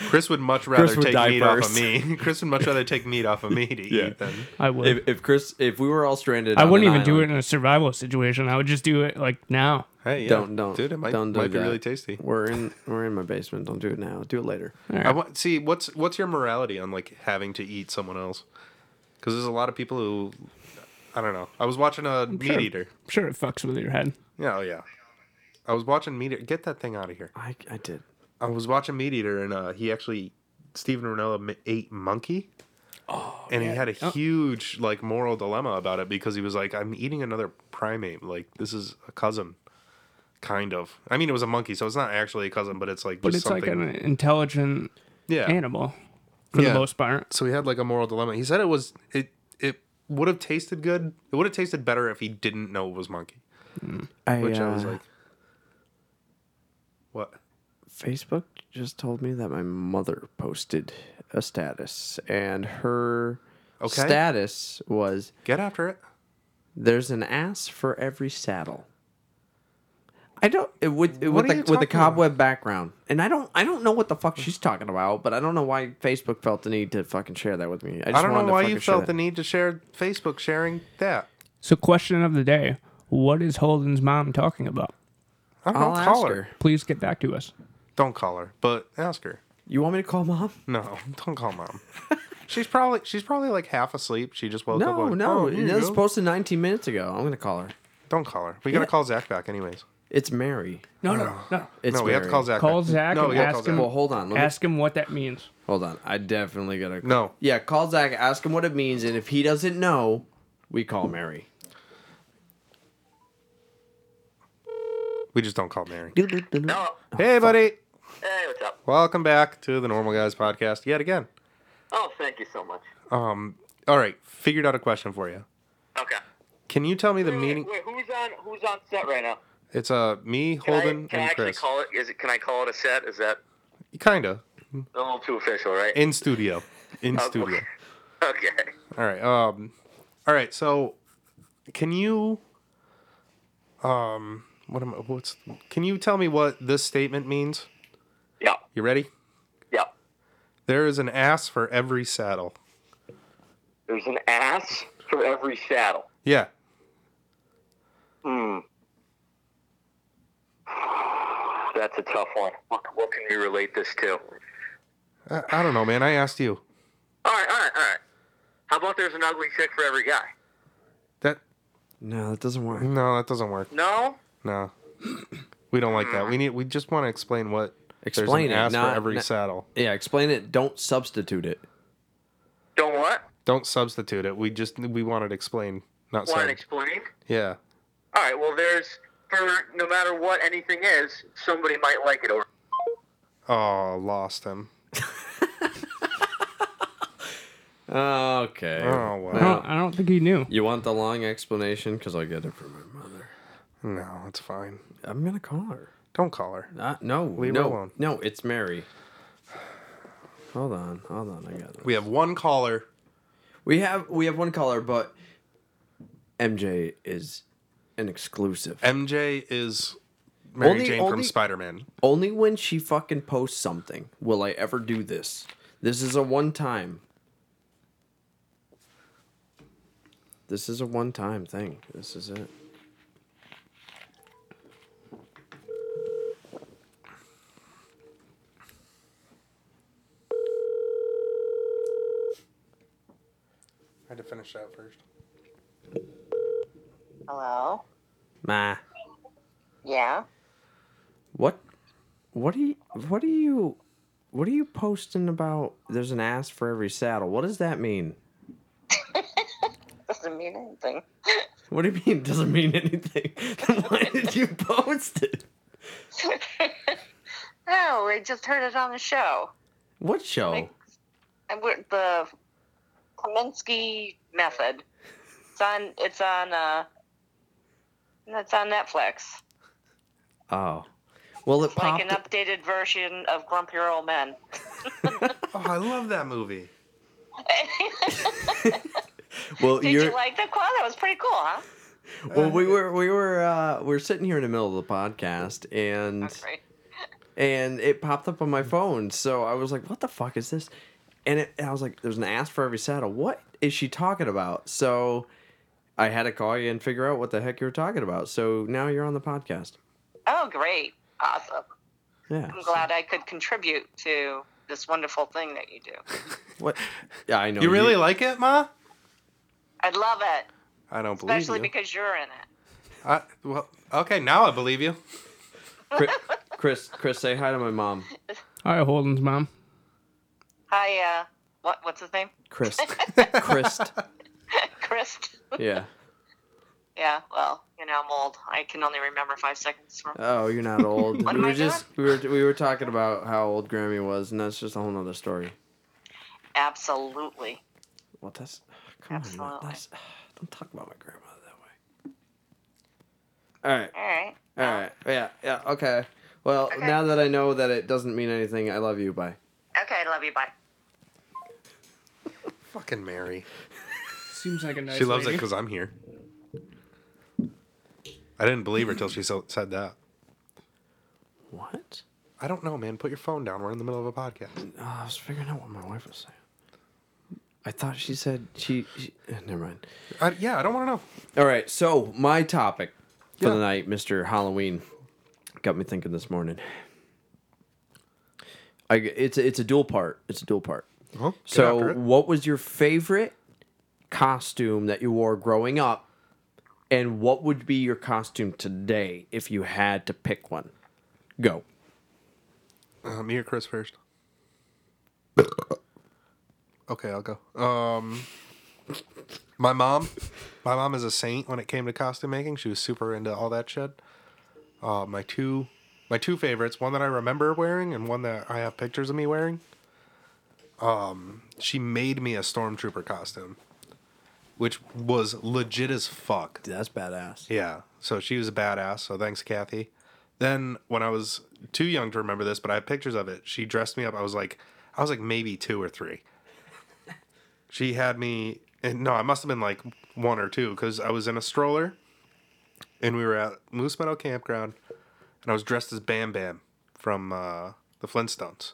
S2: Chris would much rather
S1: would
S2: take
S1: die
S2: meat off
S1: first.
S2: of me. Chris would much rather take meat off of me to eat than
S3: I would.
S1: If, if Chris, if we were all stranded,
S3: I
S1: on
S3: wouldn't
S1: an
S3: even do it
S1: island-
S3: in a survival situation. I would just do it like now.
S2: hey, yeah.
S1: Don't don't
S2: dude. It might,
S1: don't do
S2: might be
S1: that.
S2: really tasty.
S1: We're in we're in my basement. Don't do it now. Do it later.
S2: I want see what's what's your morality on like having to eat someone else? Because there's a lot of people who I don't know. I was watching a meat
S3: Sure.
S2: eater.
S3: I'm sure it fucks with your head.
S2: Yeah, oh yeah. I was watching Meat Eater. Get that thing out of here.
S1: I I did.
S2: I was watching Meat Eater, and uh, he actually Stephen Renella ate monkey. Oh, and he had a huge like moral dilemma about it because he was like, "I'm eating another primate. Like this is a cousin, kind of. I mean, it was a monkey, so it's not actually a cousin, but it's like
S3: But
S2: just
S3: it's
S2: something.
S3: like an intelligent
S2: yeah.
S3: animal for
S2: Yeah.
S3: the most part.
S2: so he had like a moral dilemma. He said it was it it would have tasted good. It would have tasted better if he didn't know it was monkey.
S1: I,
S2: Which I was
S1: uh,
S2: like, what?
S1: Facebook just told me that my mother posted a status, and her
S2: Okay.
S1: status was
S2: Get after it.
S1: "There's an ass for every saddle." I don't it, with it,
S2: What
S1: with
S2: are you
S1: the, with the
S2: talking about?
S1: cobweb background, and I don't I don't know what the fuck she's talking about, but I don't know why Facebook felt the need to fucking share that with me. I, just
S2: I don't know
S1: wanted to
S2: why
S1: fucking
S2: you
S1: share
S2: felt
S1: that.
S2: the need to share Facebook sharing that.
S3: So, question of the day: What is Holden's mom talking about?
S2: I don't
S1: I'll
S2: know,
S1: ask
S2: call her.
S1: her.
S3: Please get back to us.
S2: Don't call her, but ask her.
S1: You want me to call mom?
S2: No, don't call mom. she's probably she's probably like half asleep. She just woke up.
S1: No,
S2: like,
S1: no.
S2: "Oh, here
S1: it
S2: you
S1: was
S2: go."
S1: posted 19 minutes ago. I'm gonna call her.
S2: Don't call her. We gotta call Zach back, anyways.
S1: It's Mary. Oh.
S3: No, no, no.
S1: It's
S2: no, we have to
S1: Mary.
S2: call Zach.
S3: Call
S2: back.
S3: Zach
S2: No,
S3: and
S2: we gotta
S3: ask
S2: call Zach.
S3: him-
S1: Well, hold on. Let me,
S3: Ask him what that means.
S1: hold on. I definitely gotta.
S2: No.
S1: Yeah, call Zach. Ask him what it means, and if he doesn't know, we call Mary.
S2: We just don't call Mary.
S4: Hello.
S2: Hey, buddy.
S4: Oh, Hey, what's up?
S2: Welcome back to the Normal Guys podcast yet again.
S4: Oh, thank you so much.
S2: All right, figured out a question for you.
S4: Okay.
S2: Can you tell me the
S4: Wait,
S2: meaning?
S4: wait, who's on? Who's on set right now?
S2: It's uh me,
S4: Can
S2: Holden,
S4: I, can I
S2: and
S4: actually
S2: Chris.
S4: call it? Is it? Can I call it a set? Is that
S2: Kinda
S4: a little too official, right?
S2: in studio. In
S4: Oh,
S2: studio.
S4: Okay.
S2: All right. Um. All right. So, can you, um, what am I? What's? Can you tell me what this statement means?
S4: Yeah.
S2: You ready?
S4: Yeah.
S2: There is an ass for every saddle.
S4: There's an ass for every saddle.
S2: Yeah.
S4: Ah, That's a tough one. What, what can we relate this to? All
S2: I, I don't know, man. I asked you.
S4: right, all right, all right. How about there's an ugly chick for every guy?
S2: That
S1: No, that doesn't work.
S2: no, that doesn't work.
S4: No.
S2: No. We don't like that. We need. We just want to explain what.
S1: Explain it,
S2: there's an ass
S1: not-
S2: for every
S1: not-
S2: saddle.
S1: Yeah, explain it. Don't substitute it.
S4: Don't what?
S2: Don't substitute it. We just we want it explained, not
S4: Want
S2: said.
S4: it explained?
S2: yeah.
S4: All right. Well, there's for no matter what anything is, somebody might like it. Or
S2: Oh, lost him.
S1: Okay.
S2: Oh well.
S3: I don't, I don't think he knew.
S1: You want the long explanation? Cause I get it from my mother.
S2: No, it's fine.
S1: I'm gonna call her.
S2: Don't call her.
S1: Uh, no,
S2: her
S1: no,
S2: alone.
S1: no. It's Mary. Hold on, hold on. I got it.
S2: We have one caller.
S1: We have we have one caller, but MJ is an exclusive.
S2: MJ is Mary
S1: Only-
S2: Jane from
S1: only-
S2: Spider Man.
S1: Only when she fucking posts something will I ever do this. This is a one time. This is a one time thing. This is it.
S2: I had to finish that first.
S5: Hello?
S1: Nah.
S5: Yeah?
S1: What what do you what do you what are you posting about there's an ass for every saddle? What does that mean?
S5: Doesn't mean anything.
S1: What do you mean it doesn't mean anything? Then why did you post it?
S5: no, Oh, we just heard it on the show.
S1: What show?
S5: Like, And we're, the Kaminsky method. It's on, it's on, uh, it's on Netflix.
S1: Oh. Well it
S5: It's like
S1: popped
S5: an updated version of Grumpy Old Men.
S2: Oh, I love that movie.
S1: Well
S5: Did
S1: you're
S5: you like that, Quan? That was pretty cool, huh?
S1: Well, we were we were uh, we were sitting here in the middle of the podcast, and
S5: That's right.
S1: and it popped up on my phone. So I was like, "What the fuck is this?" And, it, and I was like, "There's an ass for every saddle. What is she talking about?" So I had to call you and figure out what the heck you were talking about. So now you're on the podcast.
S5: Oh, great. Awesome.
S1: Yeah.
S5: I'm glad I could contribute to this wonderful thing that you do.
S1: What? Yeah, I know.
S2: You really like it, Ma?
S5: I love it,
S2: I don't believe
S5: especially
S2: you.
S5: because you're in it.
S2: I, well, okay, now I believe you.
S1: Chris, Chris, Chris, say hi to my mom.
S3: Hi, Holden's mom.
S5: Hi, uh, what, what's his name?
S1: Chris, Chris.
S5: Chris.
S1: Yeah.
S5: yeah, well, you know, I'm old. I can only remember five seconds from.
S1: Oh, you're not old.
S5: What
S1: we
S5: am
S1: were
S5: I doing?
S1: just we were we were talking about how old Grammy was, and that's just a whole nother story.
S5: Absolutely.
S1: Well, that's come on, man.
S5: Absolutely.
S1: That's, don't talk about my grandma that way. All right,
S5: All right.
S1: all right, yeah, yeah, okay. Well, now that I know that it doesn't mean anything, I love you. Bye.
S5: Okay, love you. Bye.
S2: Fucking Mary.
S3: Seems like a nice.
S2: She loves it
S3: lady.
S2: because I'm here. I didn't believe her till she so- said that.
S1: What?
S2: I don't know, man. Put your phone down. We're in the middle of a podcast.
S1: Oh, I was figuring out what my wife was saying. I thought she said she. she eh, never mind.
S2: I, yeah, I don't want to know.
S1: All right, so my topic for
S2: Yeah.
S1: the night, Mister Halloween, got me thinking this morning. I, it's it's a dual part. It's a dual part.
S2: Well, get after
S1: So,
S2: it.
S1: what was your favorite costume that you wore growing up? And what would be your costume today if you had to pick one? Go.
S2: Uh, me or Chris first? okay, I'll go. Um, my mom, my mom is a saint when it came to costume making. She was super into all that shit. Uh, my two, my two favorites, one that I remember wearing and one that I have pictures of me wearing. Um, she made me a stormtrooper costume, which was legit as fuck.
S1: That's badass.
S2: Yeah. So she was a badass. So thanks, Kathy. Then when I was too young to remember this, but I have pictures of it. She dressed me up. I was like, I was like maybe two or three. She had me, and no, I must have been like one or two because I was in a stroller, and we were at Moose Meadow Campground, and I was dressed as Bam Bam from uh, the Flintstones,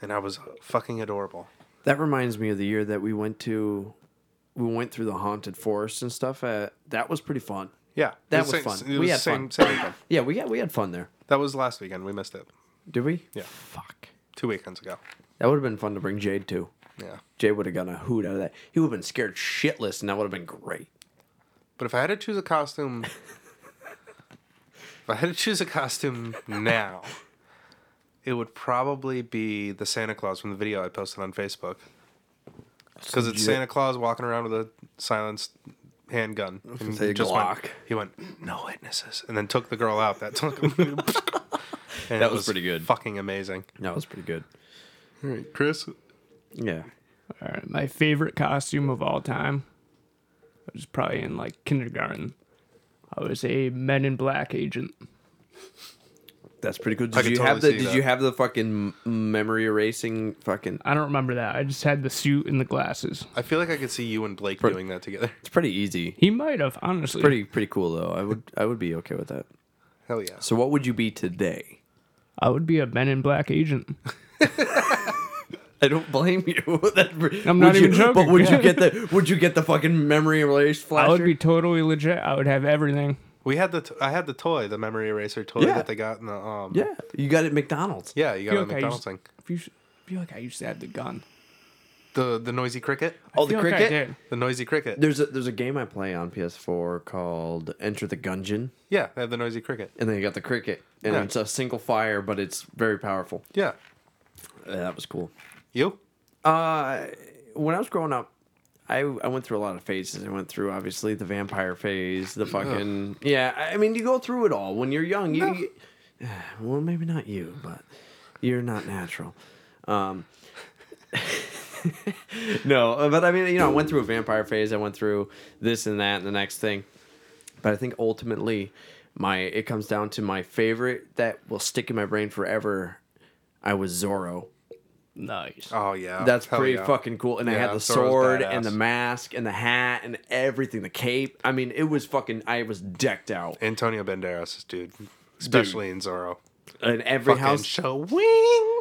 S2: and I was fucking adorable.
S1: That reminds me of the year that we went to, we went through the haunted forest and stuff. At, that was pretty fun.
S2: Yeah,
S1: That
S2: It
S1: was
S2: sa-
S1: fun.
S2: It was
S1: We had
S2: same,
S1: fun.
S2: Same weekend.
S1: Yeah, we had we had fun there.
S2: That was last weekend. We missed it
S1: Did we?
S2: Yeah.
S1: Fuck.
S2: two weekends ago.
S1: That would have been fun to bring Jade to.
S2: Yeah.
S1: Jade would have gotten a hoot out of that. He would have been scared shitless, and that would have been great.
S2: But if I had to choose a costume, if I had to choose a costume now, it would probably be the Santa Claus from the video I posted on Facebook. Because it's
S1: Legit.
S2: Santa Claus walking around with a silenced handgun. And
S1: say
S2: he just went,
S1: Glock.
S2: he went, no witnesses, and then took the girl out. That took him. And
S1: That
S2: it
S1: was pretty good.
S2: Fucking amazing.
S1: That was pretty good.
S2: Chris,
S1: Yeah.
S3: All right, my favorite costume of all time I was probably in like kindergarten. I was a Men in Black agent.
S1: That's pretty cool. Did
S2: I could
S1: you
S2: totally
S1: have the
S2: see
S1: Did
S2: that.
S1: you have the fucking m- memory erasing fucking?
S3: I don't remember that. I just had the suit and the glasses.
S2: I feel like I could see you and Blake doing that together.
S1: It's pretty easy.
S3: He might have, honestly.
S1: Pretty pretty cool though. I would I would be okay with that.
S2: Hell yeah.
S1: So what would you be today?
S3: I would be a Men in Black agent.
S1: I don't blame you. That- would
S3: not even
S1: you-
S3: joking.
S1: But would
S3: Yeah.
S1: you get the Would you get the fucking memory erase flasher?
S3: I would be totally legit. I would have everything.
S2: We had the t- I had the toy, the memory eraser toy
S1: Yeah.
S2: that they got in the um
S1: Yeah, you got it at McDonald's.
S2: yeah you got a
S3: Feel like I
S2: McDonald's
S3: used-
S2: thing.
S3: If you s- feel like I used to have the gun.
S2: The the noisy cricket,
S1: Oh, the
S3: feel like I
S1: cricket.
S3: did.
S2: the noisy cricket.
S1: There's a There's a game I play on PS4 called Enter the Gungeon,
S2: Yeah, they have the noisy cricket.
S1: and then you got the cricket, and
S2: Yeah.
S1: it's a single fire, but it's very powerful.
S2: Yeah,
S1: Yeah, that was cool.
S2: you.
S1: Uh, when I was growing up, I I went through a lot of phases. I went through obviously the vampire phase, the fucking yeah. I- I mean, you go through it all when you're young. You, you- well, maybe not you, but you're not natural. Um, no, but I mean, you know, I went through a vampire phase. I went through this and that and the next thing. But I think ultimately, my it comes down to my favorite that will stick in my brain forever. I was Zorro.
S3: Nice.
S2: Oh yeah,
S1: That's
S2: Hell
S1: pretty
S2: yeah.
S1: fucking cool. And I
S2: Yeah,
S1: had the
S2: Zorro's
S1: sword
S2: badass.
S1: and the mask and the hat and everything, the cape. I mean, it was fucking. I was decked out.
S2: Antonio Banderas, dude, especially in Zorro.
S1: And every
S2: Fucking
S1: house,
S2: show wing.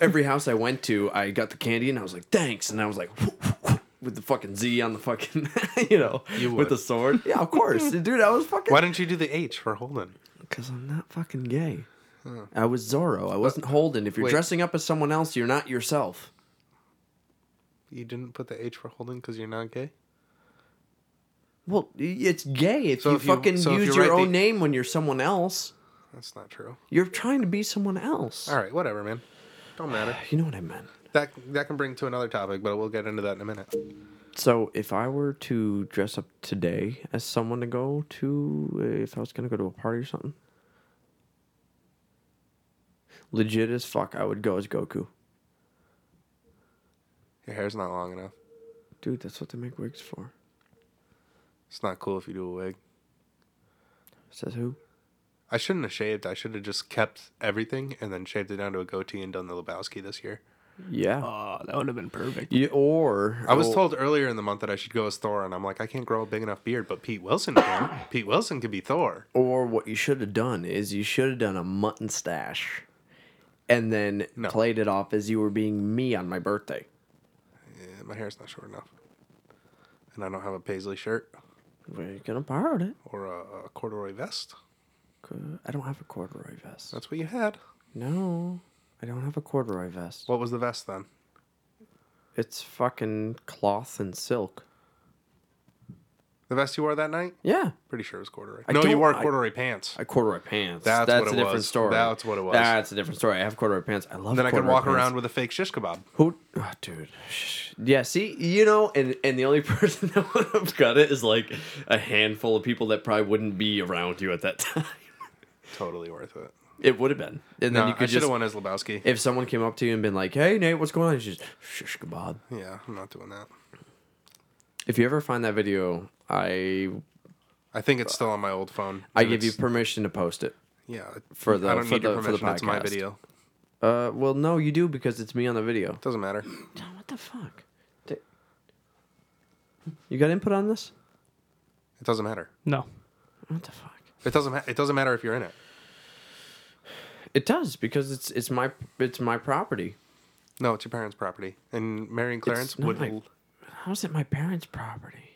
S1: every house I went to, I got the candy and I was like, thanks. And I was like, with the fucking Z on the fucking, you know,
S2: You
S1: with the
S2: would.
S1: sword. Yeah, of course, dude. I was fucking.
S2: Why didn't you do the H for Holden?
S1: Because I'm not fucking gay. I was Zorro. I wasn't Holden. If you're
S2: wait.
S1: dressing up as someone else, you're not yourself.
S2: You didn't put the H for Holden because you're not gay.
S1: Well, i- it's gay if
S2: So
S1: you
S2: if you-
S1: fucking
S2: so if
S1: use
S2: you
S1: your
S2: write
S1: own
S2: the-
S1: name when you're someone else.
S2: That's not true.
S1: You're trying to be someone else.
S2: All right, whatever, man. Don't matter.
S1: You know what I meant.
S2: That that can bring to another topic, but we'll get into that in a minute.
S1: So if I were to dress up today as someone to go to, if I was gonna go to a party or something, legit as fuck, I would go as Goku.
S2: Your hair's not long enough.
S1: Dude, that's what they make wigs for.
S2: It's not cool if you do a wig.
S1: Says who?
S2: I shouldn't have shaved. I should have just kept everything and then shaved it down to a goatee and done the Lebowski this year.
S1: Yeah.
S3: Oh, that would have been perfect.
S1: yeah or
S2: I was
S1: or-
S2: told earlier in the month that I should go as Thor, and I'm like, I can't grow a big enough beard, but Pete Wilson can. Pete Wilson could be Thor.
S1: Or what you should have done is you should have done a mutton stash, and then
S2: No.
S1: played it off as you were being me on my birthday.
S2: Yeah, my hair's not short enough, and I don't have a paisley shirt
S1: We're gonna borrow it.
S2: or a, a corduroy vest.
S1: I don't have a corduroy vest.
S2: That's what you had.
S1: No, I don't have a corduroy vest.
S2: What was the vest then?
S1: It's fucking cloth and silk.
S2: The vest you wore that night?
S1: Yeah,
S2: Pretty sure it was corduroy.
S1: I
S2: no, you
S1: don't-
S2: wore
S1: I-
S2: corduroy pants.
S1: I corduroy pants.
S2: That's
S1: That's,
S2: what
S1: a
S2: it
S1: different
S2: was.
S1: story.
S2: That's what it was.
S1: That's a different story. I have corduroy pants. I love.
S2: then I could
S1: corduroy
S2: walk
S1: pants.
S2: around with a fake shish kebab.
S1: Who, oh, dude. Shh. Yeah, see, you know, and and the only person that would have got it is like a handful of people that probably wouldn't be around you at that time.
S2: Totally worth it.
S1: It would have been, and then
S2: No,
S1: you
S2: I
S1: could
S2: should
S1: just.
S2: have won as Lebowski.
S1: If someone came up to you and been like, "Hey, Nate, what's going on?" You just shush kebab.
S2: yeah, I'm not doing that.
S1: If you ever find that video, I
S2: I think it's still on my old phone.
S1: I
S2: and
S1: give you
S2: it's-
S1: permission to post it.
S2: yeah
S1: for the-
S2: I don't
S1: for
S2: need your
S1: the- for the
S2: permission. It's my
S1: podcast.
S2: video.
S1: Uh, well, no, you do because it's me on the video.
S2: Doesn't matter.
S1: What the fuck? Di- You got input on this?
S2: It doesn't matter.
S3: No.
S1: What the fuck?
S2: It doesn't. Ma- it doesn't matter if you're in it.
S1: It does because it's it's my it's my property.
S2: No, it's your parents' property, and Mary and
S1: It's
S2: Clarence
S1: not
S2: would.
S1: my-
S2: l-
S1: How's it my parents' property?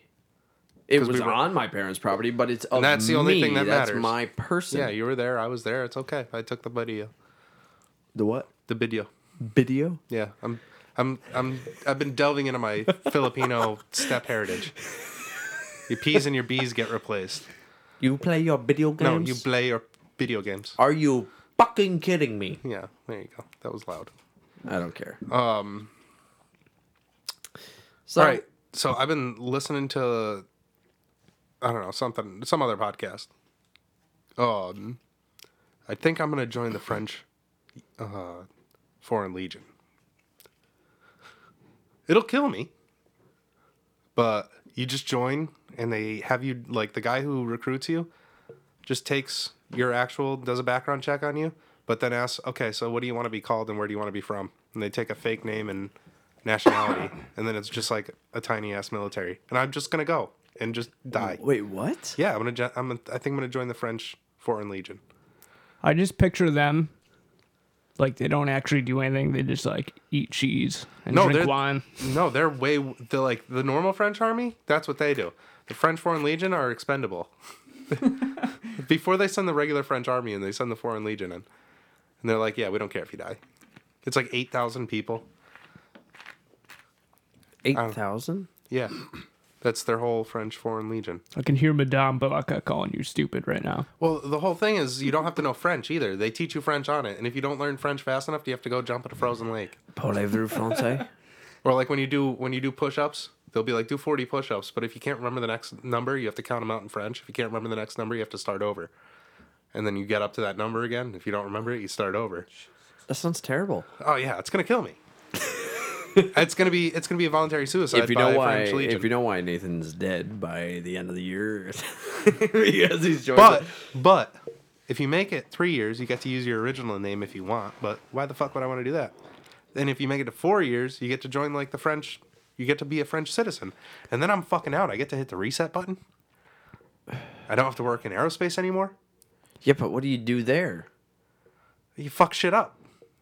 S1: It
S2: 'Cause
S1: was
S2: we were-
S1: on my parents' property, but it's of
S2: that's the only
S1: me.
S2: thing that
S1: that's
S2: matters.
S1: my person.
S2: yeah, you were there. I was there. It's okay. I took the video.
S1: the what?
S2: The video.
S1: Video?
S2: Yeah, I'm. I'm. I'm. I've been delving into my Filipino step heritage. Your P's and your B's get replaced.
S1: You play your video
S2: No,
S1: games?
S2: you play your video games.
S1: Are you fucking kidding me?
S2: Yeah, there you go. That was loud.
S1: I don't care.
S2: Um.
S1: So,
S2: All right. So I've been listening to, I don't know, something, some other podcast. Um, I think I'm gonna join the French, uh, Foreign Legion. It'll kill me. But you just join, and they have you like the guy who recruits you, just takes your actual does a background check on you, But then ask, okay, so what do you want to be called and where do you want to be from? And they take a fake name and nationality, and then it's just like a tiny ass military. And I'm just gonna go and just die.
S1: Wait, what?
S2: Yeah, I'm gonna. jo- I'm. gonna- I think I'm gonna join the French Foreign Legion.
S3: I just picture them like they don't actually do anything. They just like eat cheese and
S2: No,
S3: drink
S2: they're-
S3: wine.
S2: No, they're way. They're like the normal French army. That's what they do. The French Foreign Legion are expendable. Before they send the regular French army in, they send the Foreign Legion in, and they're like, "Yeah, we don't care if you die." It's like eight thousand people.
S1: Eight thousand?
S2: Yeah, that's their whole French Foreign Legion.
S3: I can hear Madame Baraka calling you stupid right now.
S2: Well, the whole thing is you don't have to know French either. They teach you French on it, and if you don't learn French fast enough, you have to go jump at a frozen lake.
S1: Parlez-vous français?
S2: Or like when you do when you do push-ups, they'll be like do 40 push-ups, but if you can't remember the next number, you have to count them out in French. If you can't remember the next number, you have to start over. And then you get up to that number again. If you don't remember it, you start over.
S1: That sounds terrible.
S2: Oh yeah, it's going to kill me. it's going to be it's going to be a voluntary suicide
S1: if you
S2: by
S1: know why,
S2: French Legion.
S1: if you know why Nathan's dead by the end of the year, because he's joined.
S2: but
S1: the-
S2: but if you make it 3 years, you get to use your original name if you want, but why the fuck would I want to do that? And if you make it to 4 years, you get to join like the French you get to be a French citizen. And then I'm fucking out. I get to hit the reset button. I don't have to work in aerospace anymore.
S1: yeah, but what do you do there?
S2: You fuck shit up.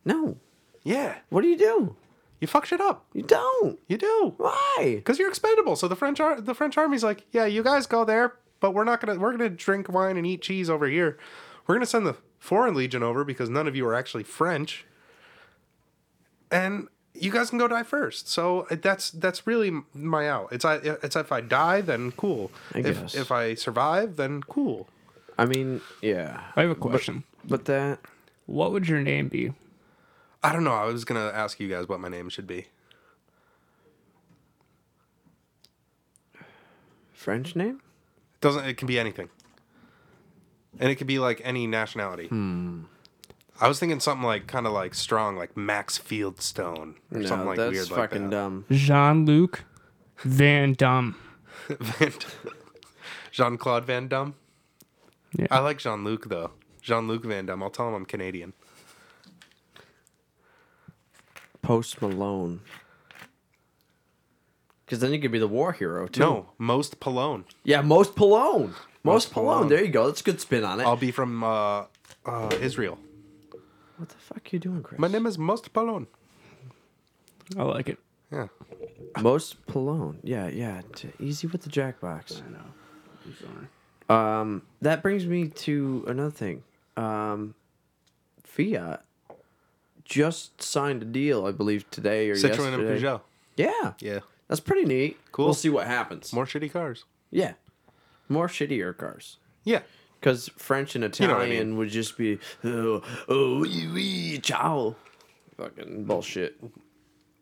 S1: No,
S2: Yeah.
S1: what do you do?
S2: You fuck shit up.
S1: You don't.
S2: You do.
S1: Why?
S2: Cuz you're expendable. So the French ar- the French army's like, "Yeah, you guys go there, but we're not going to we're going to drink wine and eat cheese over here. We're going to send the foreign legion over because none of you are actually French." And you guys can go die first. So uh, that's that's really m- my out. It's I it's if I die then cool.
S1: I
S2: if
S1: guess.
S2: if I survive then cool.
S1: I mean, yeah,
S3: I have a question.
S1: but that
S3: what would your name be?
S2: I don't know. I was going to ask you guys what my name should be.
S1: French name?
S2: Doesn't it can be anything, and it could be like any nationality.
S1: Hmm.
S2: I was thinking something like kind of like strong, like Max Fieldstone or
S1: No,
S2: something like
S1: that's
S2: weird
S1: fucking
S2: like that.
S1: dumb.
S3: Jean Luc Van Damme.
S2: Van Jean Claude Van Damme.
S3: Yeah.
S2: I like Jean Luc though. Jean Luc Van Damme. I'll tell him I'm Canadian.
S1: Post Malone. Because then you could be the war hero too.
S2: No, most Polone.
S1: Yeah, most Pallone. Most,
S2: Most
S1: Pallone.
S2: Pallone.
S1: There you go. That's a good spin on it.
S2: I'll be from uh, uh, Israel.
S1: What the fuck you doing, Chris?
S2: My name is Most Polone.
S3: I like it.
S2: Yeah.
S1: Most Pallone. Yeah, yeah. t- easy with the jackbox. I know. Um, that brings me to another thing. Um, Fiat just signed a deal, I believe, today or
S2: Citroen and
S1: yesterday.
S2: Peugeot.
S1: Yeah.
S2: Yeah.
S1: That's pretty neat.
S2: Cool.
S1: We'll see what happens.
S2: More shitty cars.
S1: yeah. More shittier cars.
S2: Yeah.
S1: Because French and
S2: know what I
S1: Italian
S2: mean.
S1: would just be, oh, oh, oui, oui, ciao. Fucking bullshit.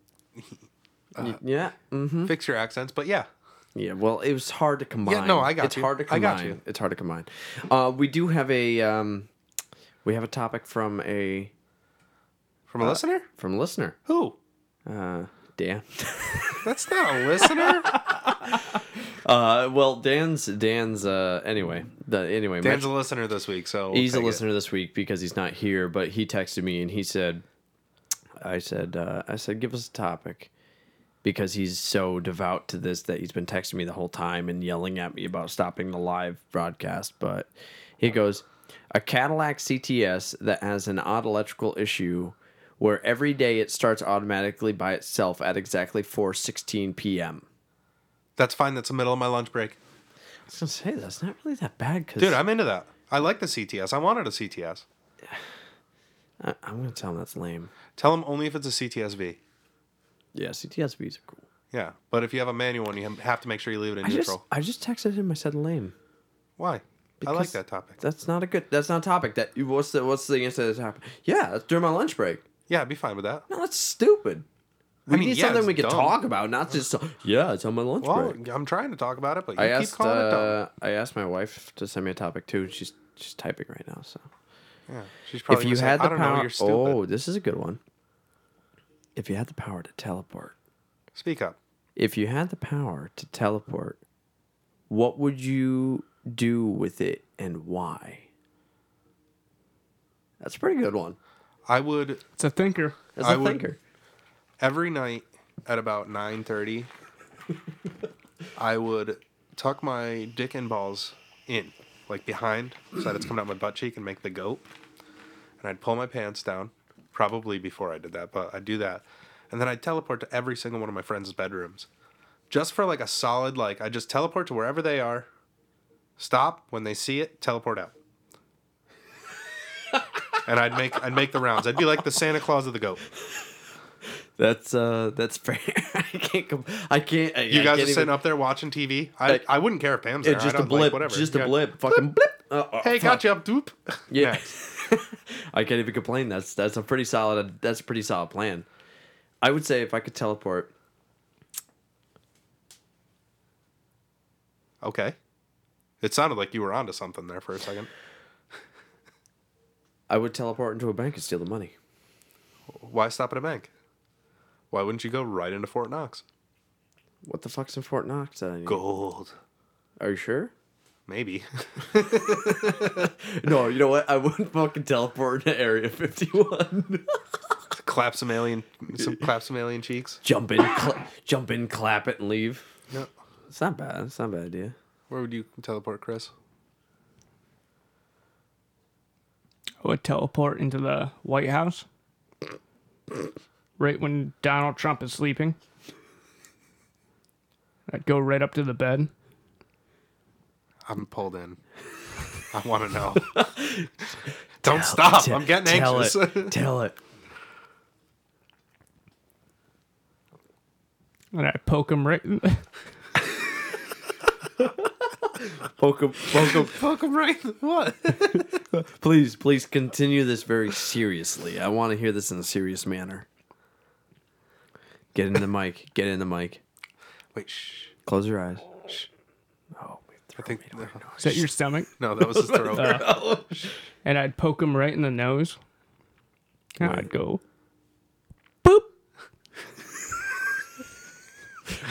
S2: Uh,
S1: Y- yeah. Mm-hmm.
S2: Fix your accents, but yeah.
S1: Yeah, well, it was hard to combine.
S2: no, I got
S1: It's
S2: you.
S1: hard to
S2: I
S1: combine.
S2: got you.
S1: It's hard to combine. Uh, we do have a um, we have a topic from a
S2: From a
S1: Uh,
S2: listener?
S1: from a listener.
S2: Who?
S1: Uh, Dan.
S2: That's not a listener.
S1: Uh, well, Dan's Dan's uh, anyway. The anyway, my-
S2: Dan's a listener this week, so we'll
S1: he's a
S2: take it.
S1: listener this week because he's not here, but he texted me and he said, I said, uh, I said, give us a topic because he's so devout to this that he's been texting me the whole time and yelling at me about stopping the live broadcast. But he goes, a Cadillac CTS that has an odd electrical issue where every day it starts automatically by itself at exactly 4.16 p.m.
S2: That's fine. That's the middle of my lunch break,
S1: I was going to say, that's not really that bad because
S2: dude. I'm into that. I like the CTS. I wanted a CTS.
S1: I'm going to tell him that's lame.
S2: Tell them only if it's a CTSV.
S1: Yeah, CTSVs are cool.
S2: Yeah, but if you have a manual one, you ha- have to make sure you leave it in
S1: I just,
S2: neutral.
S1: I just texted him. I said lame.
S2: Why? I like
S1: Because
S2: that topic.
S1: That's not a good. That's not a topic. That what's the what's the answer to the topic? Yeah, that's during my lunch break.
S2: Yeah, I'd be fine with that.
S1: No, that's stupid. We
S2: mean,
S1: need
S2: yeah,
S1: something
S2: it's
S1: we can
S2: dumb.
S1: talk about, not just yeah. It's on my lunch
S2: Well,
S1: break.
S2: I'm trying to talk about it, but you
S1: I
S2: keep
S1: asked.
S2: calling it dumb.
S1: Uh, I asked my wife to send me a topic too. and She's she's typing right now. So
S2: Yeah, she's
S1: uh,
S2: probably.
S1: if you
S2: gonna say,
S1: had
S2: I
S1: the
S2: don't
S1: power,
S2: know, you're stupid.
S1: oh, this is a good one. If you had the power to teleport,
S2: Speak up.
S1: if you had the power to teleport, what would you do with it and why? That's a pretty good one.
S2: I would
S3: It's a thinker.
S1: As
S2: I
S1: a
S2: would-
S1: thinker.
S2: every night at about 9:30 I would tuck my dick and balls in like behind so that it's coming out my butt cheek and make the goat and I'd pull my pants down probably before I did that but I'd do that and then I'd teleport to every single one of my friends' bedrooms just for like a solid like I just teleport to wherever they are stop when they see it teleport out and I'd make I'd make the rounds I'd be like the Santa Claus of the goat
S1: That's uh that's fair. I can't com- I can't I,
S2: You
S1: I
S2: guys are
S1: can't
S2: sitting
S1: even-
S2: up there watching TV. I,
S1: Like-
S2: I wouldn't care if Pam's there.
S1: It's
S2: I
S1: just a
S2: don't-
S1: blip.
S2: Like, whatever.
S1: Just a
S2: Yeah.
S1: blip. Fucking blip. Uh, uh,
S2: Hey,
S1: fuck.
S2: got you up, doop.
S1: Yeah. I can't even complain. That's that's a pretty solid that's a pretty solid plan. I would say if I could teleport
S2: Okay. It sounded like you were onto something there for a second.
S1: I would teleport into a bank and steal the money.
S2: Why stop at a bank? Why wouldn't you go right into Fort Knox?
S1: What the fuck's in Fort Knox that I need?
S2: Gold.
S1: Are you sure?
S2: Maybe.
S1: No, you know what? I wouldn't fucking teleport to Area 51.
S2: clap some alien, some clap some alien cheeks.
S1: jump in, cla jump in, clap it, and leave.
S2: No.
S1: It's not bad. It's not a bad idea.
S2: Where would you teleport, Chris?
S3: I would teleport into the White House right when Donald Trump is sleeping. I'd go right up to the bed.
S2: I'm pulled in. I want to know. Don't stop.
S1: Te-
S2: I'm getting
S1: tell
S2: anxious.
S1: It, tell it.
S3: And I'd poke him right.
S1: Poke him, poke him.
S2: Fuck, I'm right. What?
S1: Please, please continue this very seriously. I want to hear this in a serious manner. Get in the mic. Get in the mic.
S2: Wait, shh.
S1: Close your eyes. Oh.
S2: I think no,
S3: Is that your stomach?
S2: that was his throat.
S3: And I'd poke him right in the nose. And I'd go, boop.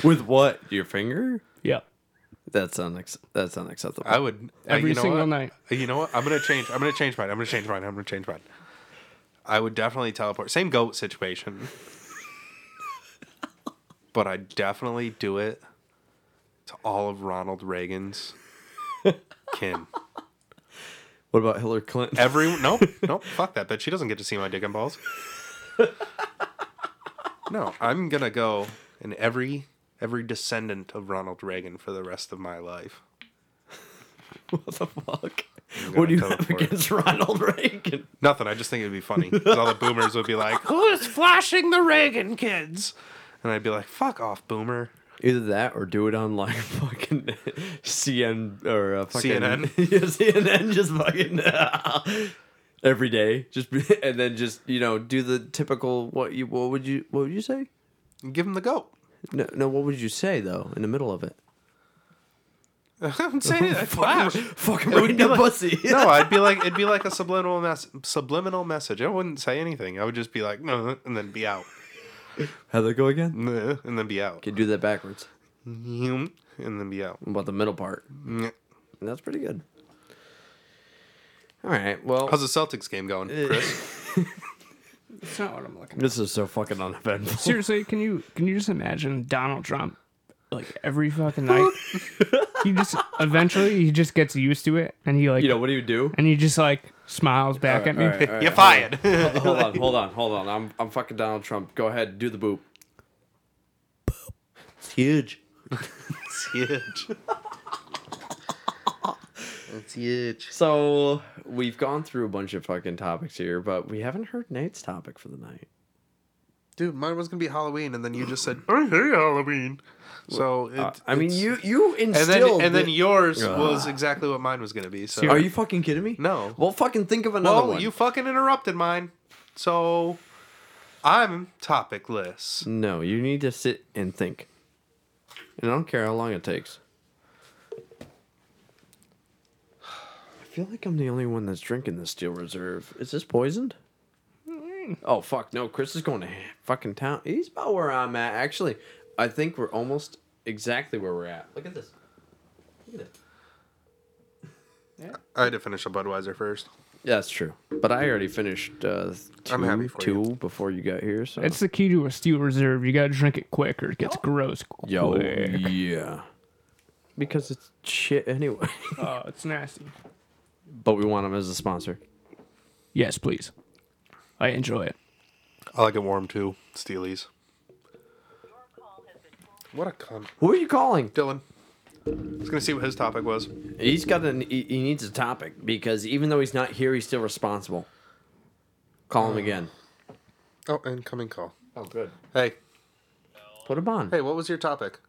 S1: With what? Your finger?
S3: Yeah.
S1: That's unex- That's unacceptable.
S2: I would I-
S3: Every
S2: you know
S3: single
S2: what?
S3: night.
S2: You know what? I'm gonna change. I'm gonna change mine. I'm gonna change mine. I'm gonna change mine. I would definitely teleport. Same goat situation. but I'd definitely do it to all of Ronald Reagan's kin.
S1: what about Hillary Clinton?
S2: Everyone. Nope. Nope. Fuck that bitch. She doesn't get to see my dick and balls. No, I'm gonna go in every every descendant of Ronald Reagan for the rest of my life.
S1: What the fuck?
S2: gonna
S1: What do you have
S2: teleport.
S1: against Ronald Reagan?
S2: Nothing. I just think it'd be funny. 'Cause All the boomers would be like, "Who's flashing the Reagan kids?" And I'd be like, "Fuck off, boomer."
S1: Either that or do it on like fucking CN or uh, fucking
S2: CNN?
S1: yeah, CNN just fucking every day. Just be, and then just you know do the typical what you what would you what would you say?
S2: And give him the goat.
S1: No, no. What would you say though in the middle of it?
S2: I'm saying it. I flash.
S1: Fucking read the pussy.
S2: No, I'd be like, it'd be like a subliminal mess, subliminal message. I wouldn't say anything. I would just be like, "Nuh," and then be out,
S1: How they go again?
S2: "Nuh," and then be out,
S1: You do that backwards.
S2: and then be out.
S1: What About the middle part.
S2: Nuh.
S1: That's pretty good. All right. Well, uh,
S2: How's the Celtics game going, Chris?
S3: That's not what I'm looking
S1: this is so fucking uneventful.
S3: Seriously, can you can you just imagine Donald Trump like every fucking night? he just eventually he just gets used to it and he like
S1: You know what do you do?
S3: and he just like smiles back at me.
S2: You're fired.
S1: hold on, hold on, hold on. I'm I'm fucking Donald Trump. Go ahead, do the boop. It's huge.
S2: it's huge. It's huge.
S1: So we've gone through a bunch of fucking topics here, but we haven't heard Nate's topic for the night.
S2: Dude, mine was gonna be Halloween, and then you just said, "I hate Halloween." So it,
S1: Uh, I mean,
S2: it's-
S1: you you
S2: and then
S1: instilled.
S2: and then
S1: the-
S2: yours was exactly what mine was gonna be. So
S1: are you fucking kidding me?
S2: No.
S1: Well, fucking think of another
S2: well,
S1: one.
S2: you fucking interrupted mine. So I'm topicless.
S1: no, you need to sit and think. And I don't care how long it takes. I feel like I'm the only one that's drinking this Steel Reserve. Is this poisoned? Oh fuck no! Chris is going to fucking town. He's about where I'm at. Actually, I think we're almost exactly where we're at. Look at this. Look at it.
S2: I had to finish a Budweiser first.
S1: Yeah, that's true. But I already finished uh, 2
S2: I'm happy for
S1: two before you got here. So
S3: It's the key to a steel reserve. You gotta drink it quick or it gets gross quick.
S1: yo, yeah, because it's shit anyway.
S3: Oh, it's nasty.
S1: but we want them as a sponsor.
S3: Yes, please. I enjoy it.
S2: I like it warm too. Steely's. What a cunt.
S1: Who are you calling?
S2: Dylan. I was gonna see what his topic was.
S1: He's got an. He, he needs a topic because even though he's not here, he's still responsible. Call him again.
S2: Oh, incoming call.
S1: Oh, good.
S2: Hey,
S1: Put him on.
S2: hey, what was your topic?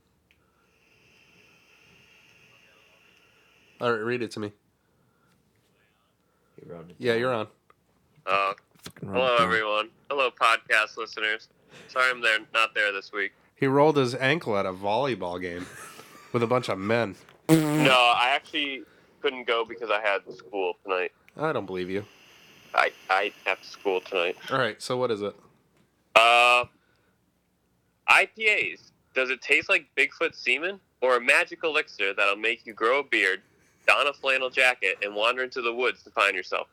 S2: All right, read it to me. Yeah, you're on.
S4: Uh, hello, everyone. Hello, podcast listeners. Sorry, I'm there, not there this week.
S2: He rolled his ankle at a volleyball game with a bunch of men.
S4: No, I actually couldn't go because I had school tonight.
S2: I don't believe you.
S4: I I have school tonight.
S2: All right, so what is it?
S4: Uh, IPAs. Does it taste like Bigfoot semen or a magic elixir that'll make you grow a beard, don a flannel jacket, and wander into the woods to find yourself?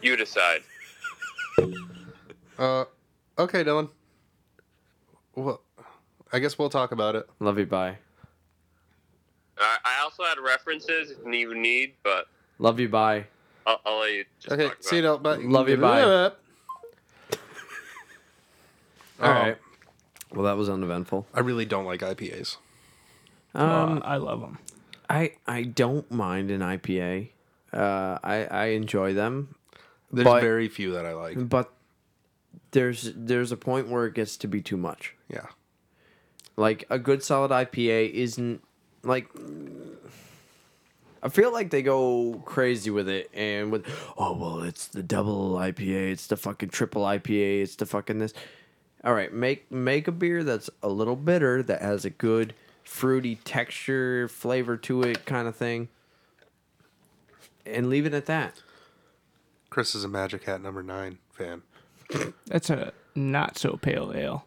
S4: You decide.
S2: Uh, okay, Dylan. Well, I guess we'll talk about it.
S1: Love you. Bye.
S4: Uh, I also had references if you need, but
S1: Love you. Bye.
S4: I'll, I'll let you. Just
S2: Okay,
S4: talk about
S2: see you, Dylan. Bye.
S4: it.
S1: Love you, bye.
S2: All
S1: All right. Oh. Well, that was uneventful.
S2: Oh, I really don't like IPAs.
S1: Um,
S3: Uh, I love them.
S1: I I don't mind an IPA. Uh, I I enjoy them,
S2: There's
S1: But- Mm.
S2: very few that I like.
S1: but there's there's a point where it gets to be too much.
S2: Yeah.
S1: Like a good solid IPA isn't like I feel like they go crazy with it and with oh well it's the double IPA, it's the fucking triple IPA, it's the fucking this. All right, make make a beer that's a little bitter that has a good fruity texture, flavor to it kind of thing. And leave it at that.
S2: Chris is a Magic Hat number nine fan.
S3: That's a not so pale ale.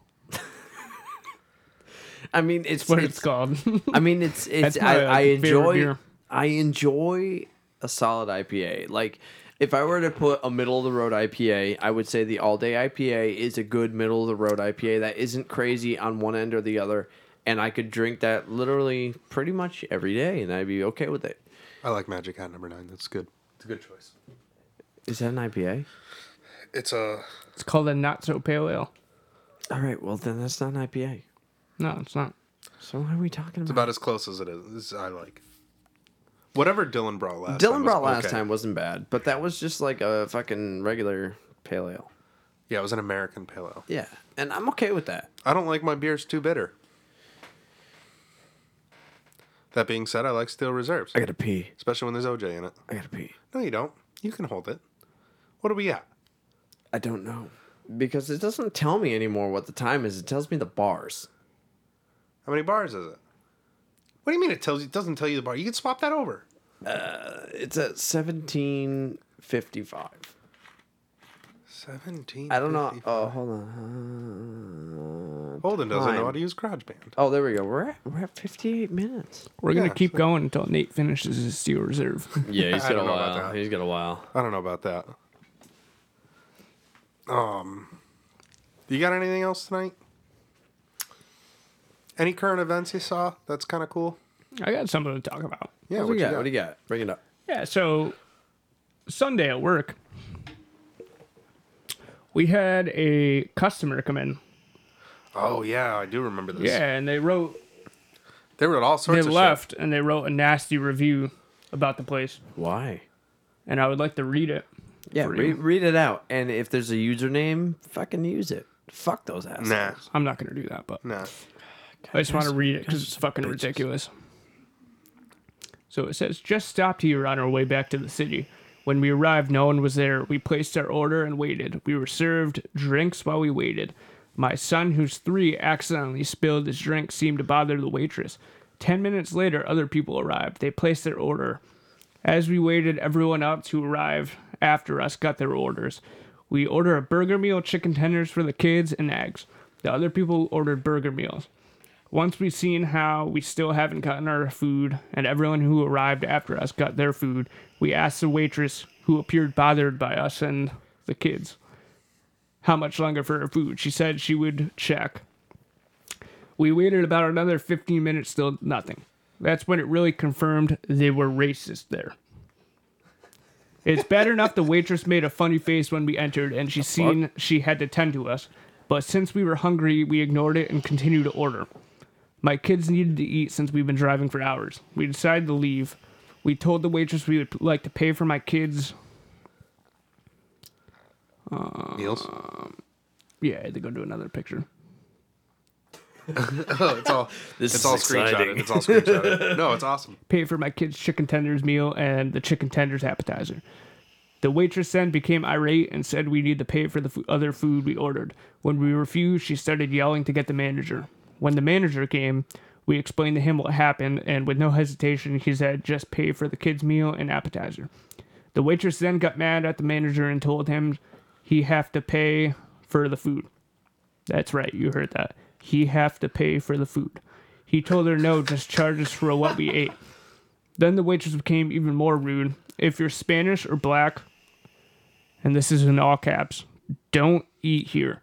S1: I mean, it's
S3: That's what it's, called.
S1: I mean, it's it's
S3: That's
S1: I, I
S3: my, like, favorite
S1: enjoy
S3: beer.
S1: I enjoy a solid IPA. Like if I were to put a middle of the road IPA, I would say the all day IPA is a good middle of the road IPA that isn't crazy on one end or the other, and I could drink that literally pretty much every day, and I'd be okay with it.
S2: I like Magic Hat number nine. That's good. It's a good choice.
S1: Is that an IPA?
S2: It's
S1: uh,
S2: a.
S3: it's called a not so pale ale.
S1: All right, well then that's not an IPA.
S3: No, it's not.
S1: So what are we talking
S2: It's
S1: about?
S2: about as close as it is. as I like. Whatever Dylan brought last. time
S1: Dylan
S2: was
S1: brought last
S2: okay.
S1: time wasn't bad, but that was just like a fucking regular pale ale.
S2: Yeah, it was an American pale ale.
S1: Yeah, and I'm okay with that.
S2: I don't like my beers too bitter. That being said, I like steel reserves,
S1: I gotta pee.
S2: especially when there's OJ in it.
S1: I gotta pee.
S2: No, you don't. You can hold it. What do we got?
S1: I don't know. Because it doesn't tell me anymore what the time is. It tells me the bars.
S2: How many bars is it? What do you mean it tells you? It doesn't tell you the bar. You can swap that over.
S1: It's at 1755.
S2: Seventeen.
S1: I don't know.
S2: fifty.
S1: Oh, hold on. Uh,
S2: Holden doesn't know how to
S1: time.
S2: use GarageBand.
S1: Oh, there we go. We're at, we're at 58 minutes.
S3: We're
S2: Yeah,
S3: gonna keep going until Nate finishes his steel reserve.
S1: Yeah, he's
S2: I got don't a know about while. that.
S1: He's got a while.
S2: I don't know about that. Um, you got anything else tonight? Any current events you saw? That's kind of cool.
S3: I got something to talk about.
S2: Yeah,
S1: What,
S2: what
S1: do you
S2: you
S1: got?
S2: got?
S1: What do you got? Bring it up.
S3: Yeah, so Sunday at work, we had a customer come in.
S2: Oh yeah, I do remember this.
S3: Yeah, and they wrote,
S2: they were at all
S3: they
S2: sorts of
S3: left, and they wrote a nasty review about the place,
S1: Why?
S3: and I would like to read it.
S1: Yeah,
S3: For
S1: re-
S3: you.
S1: read it out. And if there's a username, fucking use it. Fuck those assholes.
S2: Shit. Nah,
S3: I'm not gonna do that, but
S2: nah.
S3: I just want to read it because it's fucking ridiculous. So it says, just stopped here on our way back to the city. When we arrived, no one was there. We placed our order and waited. We were served drinks while we waited. My son, who's three, accidentally spilled his drink, seemed to bother the waitress. Ten minutes later, other people arrived. They placed their order. As we waited, everyone else who arrived after us got their orders. We order a burger meal, chicken tenders for the kids, and eggs. The other people ordered burger meals. Once we've seen how we still haven't gotten our food, and everyone who arrived after us got their food, we asked the waitress, who appeared bothered by us and the kids, how much longer for her food. She said she would check. We waited about another 15 minutes, still nothing. That's when it really confirmed they were racist there. It's bad enough the waitress made a funny face when we entered and she seen she had to tend to us, but since we were hungry, we ignored it and continued to order. My kids needed to eat since we've been driving for hours. We decided to leave. We told the waitress we would like to pay for my kids.
S1: Uh,
S2: Meals.
S3: Yeah, I had to go to another picture.
S2: Oh, it's all
S1: This
S2: it's
S1: is
S2: all
S1: exciting.
S2: screenshotted. It's all screenshotted. No, it's awesome.
S3: pay for my kids' chicken tenders meal and the chicken tenders appetizer. The waitress then became irate and said we need to pay for the f- other food we ordered. When we refused, she started yelling to get the manager. When the manager came, we explained to him what happened, and with no hesitation, he said, just pay for the kids' meal and appetizer. The waitress then got mad at the manager and told him he have to pay for the food. That's right, you heard that. He have to pay for the food. He told her no, just charge us for what we ate. Then the waitress became even more rude. If you're Spanish or black, and this is in all caps, don't eat here.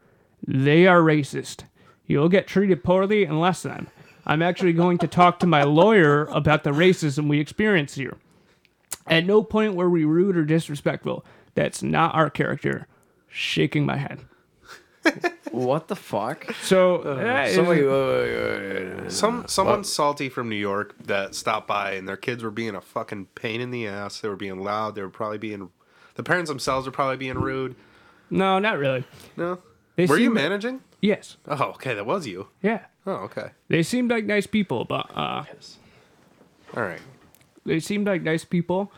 S3: They are racist. You'll get treated poorly and less than. I'm actually going to talk to my lawyer about the racism we experience here. At no point were we rude or disrespectful. That's not our character. Shaking my head.
S1: What the fuck?
S3: So, that is-
S1: Uh, Somebody, wait, wait, wait, wait, wait.
S2: Some someone salty from New York that stopped by and their kids were being a fucking pain in the ass. They were being loud. They were probably being the parents themselves were probably being rude.
S3: no, not really.
S2: No,
S3: They
S2: were you
S3: seem-
S2: managing?
S3: Yes.
S2: Oh, okay, that was you.
S3: Yeah.
S2: Oh, okay,
S3: They seemed like nice people, but uh,
S2: all right.
S3: they seemed like nice people.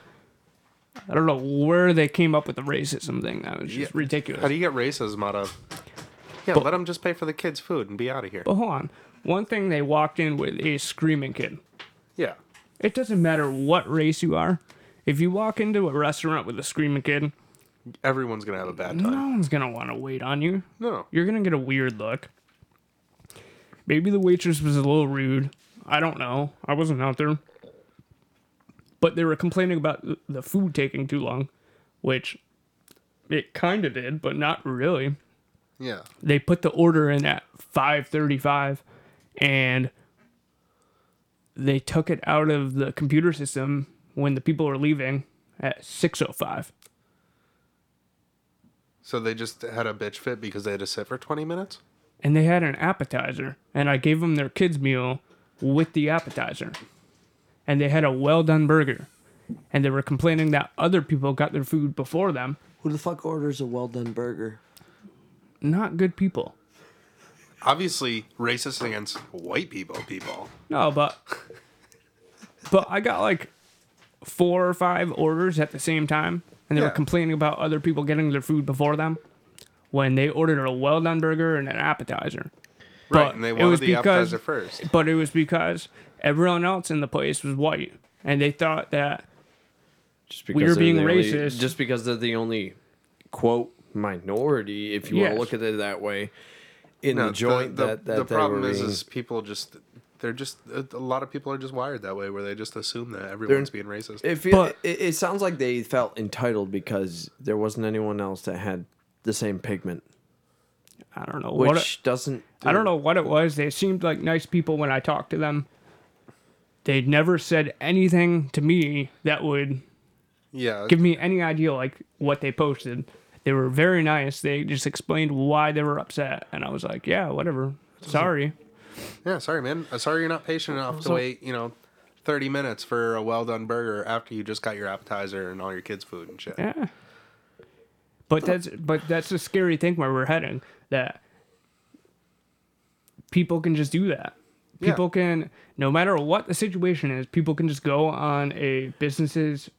S3: I don't know where they came up with the racism thing. That was just
S2: Yeah.
S3: ridiculous.
S2: How do you get racism out of? Yeah, let them just pay for the kids' food and be out of here.
S3: but hold on. One thing they walked in with a screaming kid.
S2: Yeah,
S3: It doesn't matter what race you are. If you walk into a restaurant with a screaming kid,
S2: everyone's gonna have a bad
S3: no
S2: time.
S3: one's gonna want to wait on you.
S2: No,
S3: You're gonna get a weird look. Maybe the waitress was a little rude. I don't know. I wasn't out there. But they were complaining about th- the food taking too long, which it kind of did, but not really.
S2: yeah,
S3: they put the order in at 5:35 and they took it out of the computer system when the people were leaving at 6:05.
S2: So they just had a bitch fit because they had to sit for 20 minutes?
S3: And they had an appetizer and I gave them their kids meal with the appetizer. And they had a well-done burger. And they were complaining that other people got their food before them,
S1: Who the fuck orders a well done burger?
S3: not good people.
S2: Obviously, racist against white people, people.
S3: No, but but I got like four or five orders at the same time, and they
S2: Yeah.
S3: were complaining about other people getting their food before them when they ordered a well done burger and an appetizer.
S2: Right,
S3: But
S2: and they
S3: it
S2: wanted
S3: was
S2: the
S3: because-
S2: appetizer first.
S3: But it was because everyone else in the place was white, and they thought that
S1: Just
S3: We are
S1: they're
S3: being
S1: the only-
S3: racist.
S1: just because they're the only quote minority, if you want
S3: Yes.
S1: to look at it that way, in
S2: No,
S1: the joint
S2: the,
S1: that that
S2: the
S1: they
S2: problem
S1: were
S2: is,
S1: being-
S2: is people just, they're just, a a lot of people are just wired that way where they just assume that everyone's being racist.
S1: It, feel,
S3: But-
S1: it, it sounds like they felt entitled because there wasn't anyone else that had the same pigment,
S3: I don't know
S1: which
S3: what it-
S1: doesn't.
S3: I don't know what it was. They seemed like nice people when I talked to them. They never said anything to me that would
S2: yeah.
S3: give me any idea like what they posted. They were very nice. They just explained why they were upset, and I was like, "Yeah, whatever. Sorry."
S2: yeah, sorry, man. Uh, Sorry you're not patient enough to wait, you know, 30 minutes for a well done burger after you just got your appetizer and all your kids' food and shit.
S3: Yeah. But that's but that's the scary thing where we're heading that people can just do that.
S2: Yeah.
S3: People can, no matter what the situation is, people can just go on a business's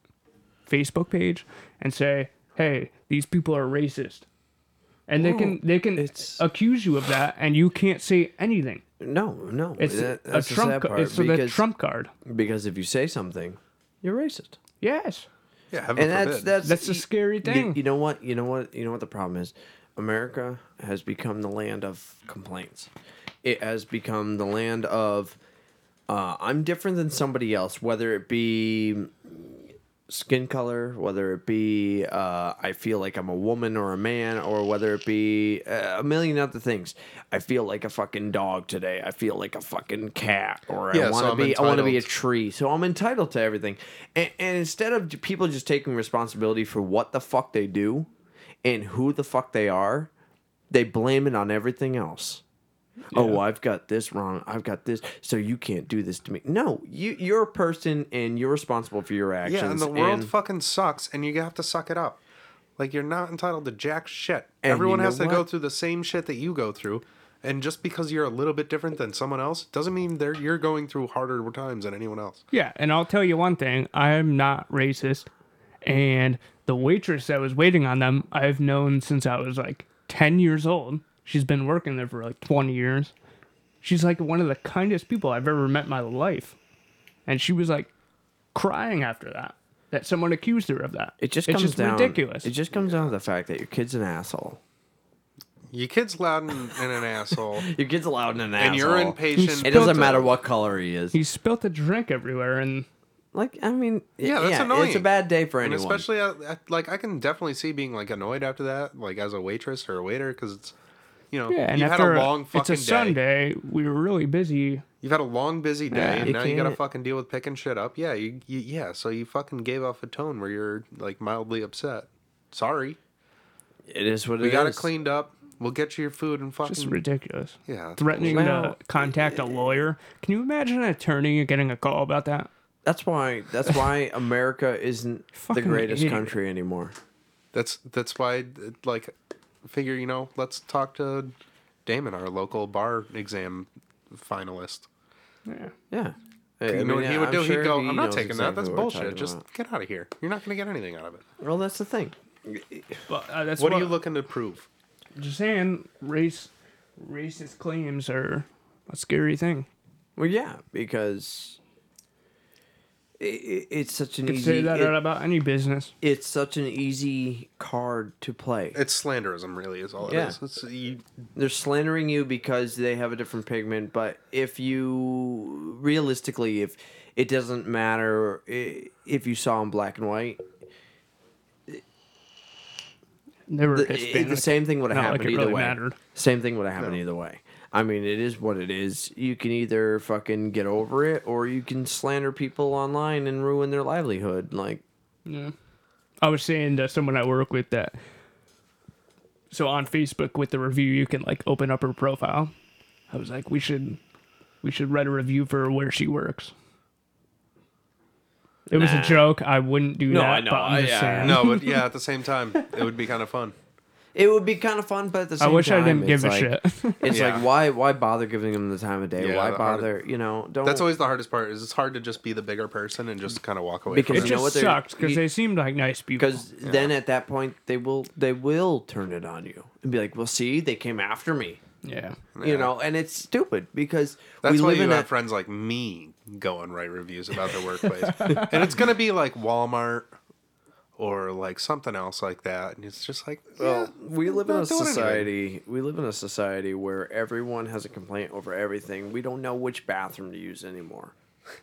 S3: Facebook page and say, "Hey, these people are racist," and they can they can
S1: it's-
S3: accuse you of that, and you can't say anything.
S1: No, no,
S3: It's
S1: that-
S3: a
S1: that's the
S3: trump.
S1: sad
S3: ca-
S1: part
S3: it's the
S1: because
S3: trump card.
S1: because if you say something, you're racist.
S3: Yes.
S2: Yeah, heaven
S1: and that's
S2: forbid.
S1: that's
S3: That's a
S1: y-
S3: scary
S1: you-
S3: thing.
S1: You know what? You know what? You know what the problem is? America has become the land of complaints. It has become the land of uh, I'm different than somebody else, whether it be skin color, whether it be uh, I feel like I'm a woman or a man, or whether it be uh, a million other things. I feel like a fucking dog today. I feel like a fucking cat, or I
S2: Yeah, so
S1: want to
S2: I'm
S1: be I want to be a
S2: entitled.
S1: tree. So I'm entitled to everything. And, and instead of j- people just taking responsibility for what the fuck they do and who the fuck they are, they blame it on everything else. Oh, I've got this wrong. I've got this. So you can't do this to me. No, you you're a person and you're responsible for your actions.
S2: yeah, and the world
S1: and-
S2: fucking sucks, and you have to suck it up. Like you're not entitled to jack shit.
S1: And
S2: Everyone
S1: you know
S2: has to go
S1: what?
S2: through the same shit that you go through, and just because you're a little bit different than someone else doesn't mean they're you're going through harder times than anyone else.
S3: Yeah, and I'll tell you one thing: I'm not racist, and the waitress that was waiting on them, I've known since I was like ten years old. She's been working there for like twenty years. She's like one of the kindest people I've ever met in my life, and she was like crying after that that someone accused her of that.
S1: It just
S3: it's
S1: comes
S3: just
S1: down
S3: ridiculous.
S1: It just comes down to the fact that your kid's an asshole.
S2: Your kid's loud and, and an asshole,
S1: Your kid's loud and an
S2: and
S1: asshole.
S2: you're impatient.
S1: It doesn't
S2: Don't-
S1: matter what color he is.
S3: he spilt a drink everywhere, and
S1: Like I mean, yeah,
S2: Yeah, that's annoying.
S1: It's a bad day for
S2: And
S1: anyone.
S2: especially uh, uh, like I can definitely see being like annoyed after that, like as a waitress or a waiter, because it's you know
S3: yeah, and
S2: you've had
S3: after
S2: a long
S3: it's
S2: fucking
S3: a
S2: day.
S3: Sunday, we were really busy.
S2: You've had a long busy day, and
S1: you
S2: now you gotta
S1: can't-
S2: fucking deal with picking shit up. Yeah, you, you yeah. So you fucking gave off a tone where you're like mildly upset. Sorry,
S1: it is what
S2: we
S1: it
S2: got it
S1: is.
S2: cleaned up. We'll get you your food and fucking
S3: Just ridiculous.
S2: Mm. yeah.
S3: threatening
S1: Well,
S3: to contact a lawyer. Can you imagine an attorney getting a call about that?
S1: That's why. That's why America isn't the
S3: Fucking
S1: greatest
S3: idiot.
S1: country anymore.
S2: That's that's why like figure you know let's talk to Damon, our local bar exam finalist.
S3: Yeah.
S1: Yeah.
S2: You know what he would do? he'd go, "I'm not taking that. That's bullshit.
S1: bullshit.
S2: Just get out of here. You're not gonna get anything out of it."
S1: well, that's the thing.
S3: But uh, that's
S2: what
S3: what,
S2: are you looking to prove?
S3: Just saying, race, racist claims are a scary thing.
S1: Well, yeah, because i i it's such an
S3: You could
S1: easy
S3: say that
S1: it-
S3: about any business.
S1: it's such an easy card to play.
S2: It's slanderism, really, is all it is.
S1: Yeah.
S2: It's, you,
S1: They're slandering you because they have a different pigment, but if you realistically, if it doesn't matter i- if you saw in black and white,
S3: They were
S1: the,
S3: Hispanic.
S1: it- the same thing would have
S3: Not like
S1: happened
S3: it
S1: either
S3: really
S1: way.
S3: mattered.
S1: Same thing would have happened either way. I mean, it is what it is. You can either fucking get over it, or you can slander people online and ruin their livelihood. Like,
S3: I was saying to someone I work with that. So on Facebook with the review, you can like open up her profile. I was like, we should, we should write a review for where she works. It was a
S1: Nah.
S3: joke. I wouldn't do
S1: No,
S3: that.
S1: I know.
S3: But I'm
S1: I-
S3: just
S1: yeah.
S3: saying.
S2: no, but yeah, at the same time, it would be kind of fun.
S1: It would be kind of fun, but at the
S3: I
S1: same
S3: wish I
S1: time,
S3: didn't
S1: it's
S3: give
S1: like-
S3: a shit.
S1: It's
S2: Yeah.
S1: like why why bother giving them the time of day?
S2: Yeah,
S1: why
S2: the hard-
S1: bother? You know, don't.
S2: That's always the hardest part. Is it's hard to just be the bigger person and just kind of walk away.
S1: Because
S3: it
S2: from
S1: you
S2: it.
S1: know what
S3: just
S1: they're-
S3: sucks because
S1: you-
S3: they seemed like nice people.
S1: because then at that point they will they will turn it on you and be like, well, see, they came after me,
S3: yeah,
S1: you know, and it's stupid because
S2: That's
S1: we
S2: why
S1: live
S2: you
S1: in
S2: have
S1: a
S2: friends like me go and write reviews about their workplace, and it's gonna be like Walmart or like something else like that, and it's just like, well,
S1: well, we live in
S2: not
S1: a
S2: doing anything.
S1: society. We live in a society where everyone has a complaint over everything. We don't know which bathroom to use anymore.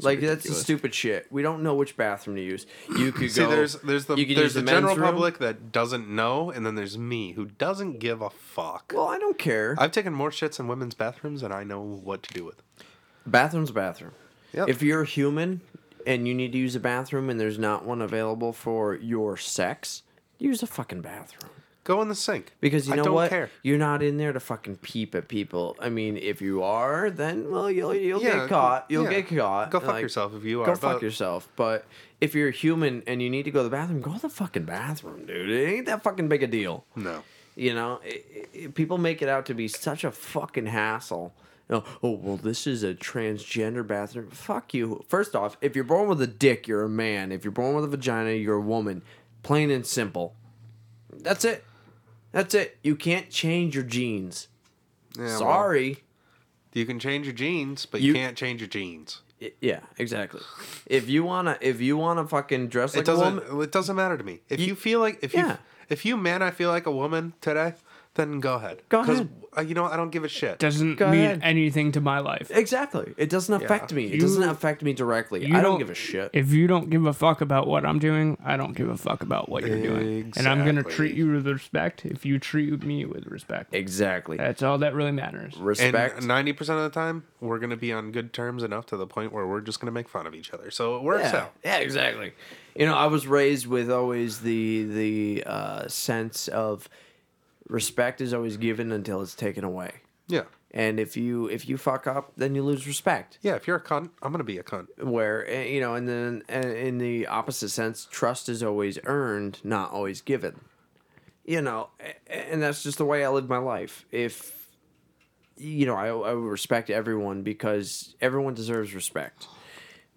S1: like that's the stupid shit. We don't know which bathroom to use. You could
S2: See,
S1: go.
S2: there's there's the
S1: you could use
S2: there's the,
S1: men's
S2: general
S1: room.
S2: public that doesn't know, and then there's me who doesn't give a fuck.
S1: Well, I don't care.
S2: I've taken more shits in women's bathrooms than I know what to do with.
S1: Bathroom's a bathroom.
S2: Yep.
S1: If you're human and you need to use a bathroom and there's not one available for your sex, use a fucking bathroom.
S2: Go in the sink
S1: Because you
S2: I
S1: know
S2: don't
S1: what?
S2: care.
S1: You're not in there to fucking peep at people. I mean, if you are, then well, you'll you'll
S2: Yeah,
S1: get caught. You'll
S2: yeah.
S1: get caught.
S2: Go fuck
S1: Like,
S2: yourself if you are.
S1: Go fuck
S2: but-
S1: yourself. But if you're human and you need to go to the bathroom, go to the fucking bathroom, dude. It ain't that fucking big a deal.
S2: No.
S1: You know, it, it- it, people make it out to be such a fucking hassle. You know, oh, well, this is a transgender bathroom. Fuck you. First off, if you're born with a dick, you're a man. If you're born with a vagina, you're a woman. Plain and simple. That's it. That's it. You can't change your genes.
S2: Yeah, well,
S1: Sorry.
S2: you can change your genes, but you,
S1: You-
S2: can't change your genes.
S1: Y- Yeah, exactly. If you wanna, if you wanna fucking dress like
S2: it
S1: a
S2: doesn't.
S1: woman,
S2: It doesn't matter to me. If you, feel like if you
S1: yeah.
S2: if you man, I feel like a woman today, then go ahead.
S1: Go
S2: 'Cause,
S1: ahead.
S2: uh, you know what? I don't give a shit.
S3: Doesn't
S1: Go
S3: mean
S1: ahead. Eh,
S3: anything to my life.
S1: exactly, it doesn't affect me. It
S3: You-
S1: doesn't affect me directly.
S3: you
S1: I
S3: don't-
S1: don't give a shit.
S3: If you don't give a fuck about what I'm doing, I don't give a fuck about what you're doing. And I'm gonna
S2: Exactly.
S3: treat you with respect if you treat me with respect.
S1: Exactly.
S3: That's all that really matters.
S1: Respect.
S2: And ninety percent of the time, we're gonna be on good terms enough to the point where we're just gonna make fun of each other. So it works
S1: yeah.
S2: out.
S1: yeah, exactly. You know, I was raised with always the the uh, sense of respect is always given until it's taken away.
S2: Yeah,
S1: And if you if you fuck up, then you lose respect.
S2: yeah. If you're a cunt, I'm gonna be a cunt.
S1: Where eh, you know, and then eh, in the opposite sense, trust is always earned, not always given. You know, eh, and that's just the way I live my life. If you know, I I respect everyone because everyone deserves respect.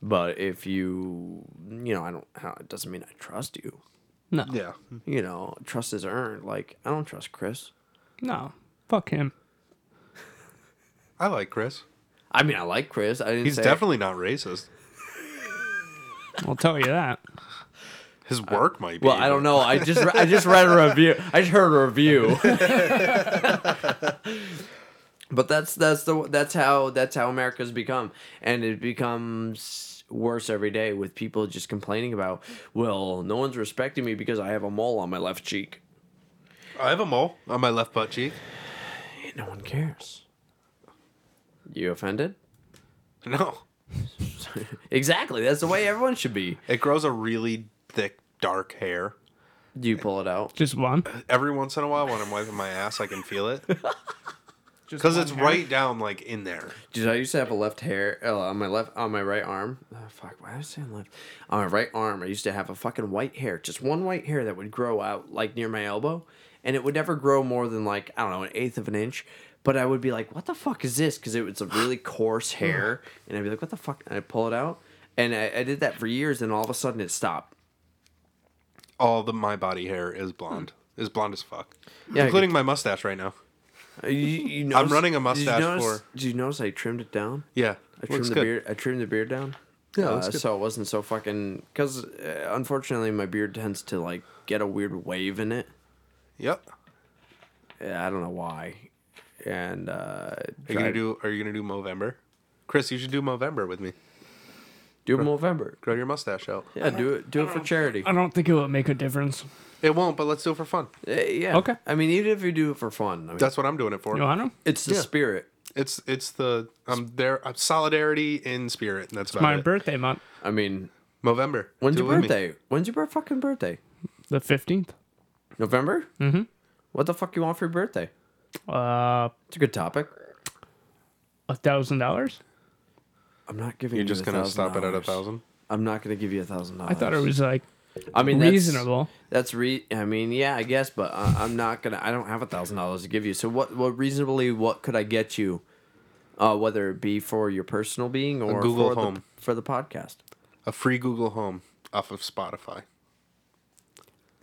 S1: But if you, you know, I don't. It doesn't mean I trust you.
S2: Yeah,
S1: You know, trust is earned. Like I don't trust Chris.
S3: No, fuck him.
S2: I like Chris.
S1: I mean, I like Chris. I didn't
S2: He's
S1: say
S2: definitely not racist.
S3: I'll tell you that.
S2: His work might be.
S1: Well, I don't know. I just re- I just read a review. I just heard a review. but that's that's the that's how that's how America's become, and it becomes worse every day with people just complaining about, well, no one's respecting me because I have a mole on my left cheek.
S2: I have a mole on my left butt cheek.
S1: No one cares. You offended?
S2: No,
S1: exactly. That's the way everyone should be.
S2: it grows a really thick, dark hair.
S1: Do you pull it out?
S3: Just one.
S2: Every once in a while, when I'm wiping my ass, I can feel it
S3: Just
S2: because it's
S3: one hair.
S2: right down like in there.
S1: Dude, I used to have a left hair uh, on my left on my right arm. Oh, fuck, why am I saying left? On my right arm, I used to have a fucking white hair, just one white hair that would grow out like near my elbow, and it would never grow more than like I don't know an eighth of an inch. But I would be like, "What the fuck is this?" Because it was a really coarse hair, and I'd be like, "What the fuck?" And I would pull it out, and I, I did that for years, and all of a sudden it stopped.
S2: All the my body hair is blonde. Is blonde as fuck,
S1: Hmm. Yeah, I
S2: including my mustache right now.
S1: could- you, you
S2: I'm
S1: notice-
S2: running a
S1: did you
S2: mustache
S1: notice-
S2: for-
S1: Did you notice I trimmed it down?
S2: Yeah,
S1: I trimmed
S2: looks
S1: the
S2: good.
S1: beard. I trimmed the beard down.
S2: Yeah,
S1: uh,
S2: looks good.
S1: so it wasn't so fucking. Because uh, unfortunately, my beard tends to like get a weird wave in it.
S2: Yep.
S1: Yeah, I don't know why. And uh,
S2: Are you gonna
S1: tried-
S2: do? Are you gonna do Movember? Chris, you should do Movember with me.
S1: do it in November?
S2: Grow your mustache out.
S1: Yeah, do it. Do it for charity.
S3: I don't think it would make a difference.
S2: It won't, but let's do it for fun.
S1: Uh, yeah.
S3: Okay.
S1: I mean, even if you do it for fun, I mean,
S2: That's what I'm doing it for.
S3: You want him?
S1: it's the
S2: yeah.
S1: spirit.
S2: It's it's the I'm there. I'm solidarity in spirit. And that's about
S3: My
S2: it.
S3: birthday month,
S1: I mean,
S2: Movember.
S1: when's
S2: Do
S1: your
S2: it with me.
S1: birthday? When's your bir- fucking birthday?
S3: the fifteenth.
S1: November. Mm-hmm. What the fuck you want for your birthday?
S3: Uh,
S1: It's a good topic.
S3: a thousand dollars.
S1: I'm not giving.
S2: You're
S1: you
S2: just
S1: a
S2: gonna
S1: thousand
S2: stop it at a
S1: dollars.
S2: thousand.
S1: I'm not gonna give you a thousand dollars.
S3: I thought it was like
S1: I mean, that's-
S3: reasonable.
S1: That's re. I mean, yeah, I guess, but I, I'm not gonna. I don't have a thousand dollars to give you. So what? What reasonably? What could I get you? Uh, whether it be for your personal being or
S2: Google
S1: for the
S2: Home.
S1: for the podcast.
S2: A free Google Home off of Spotify.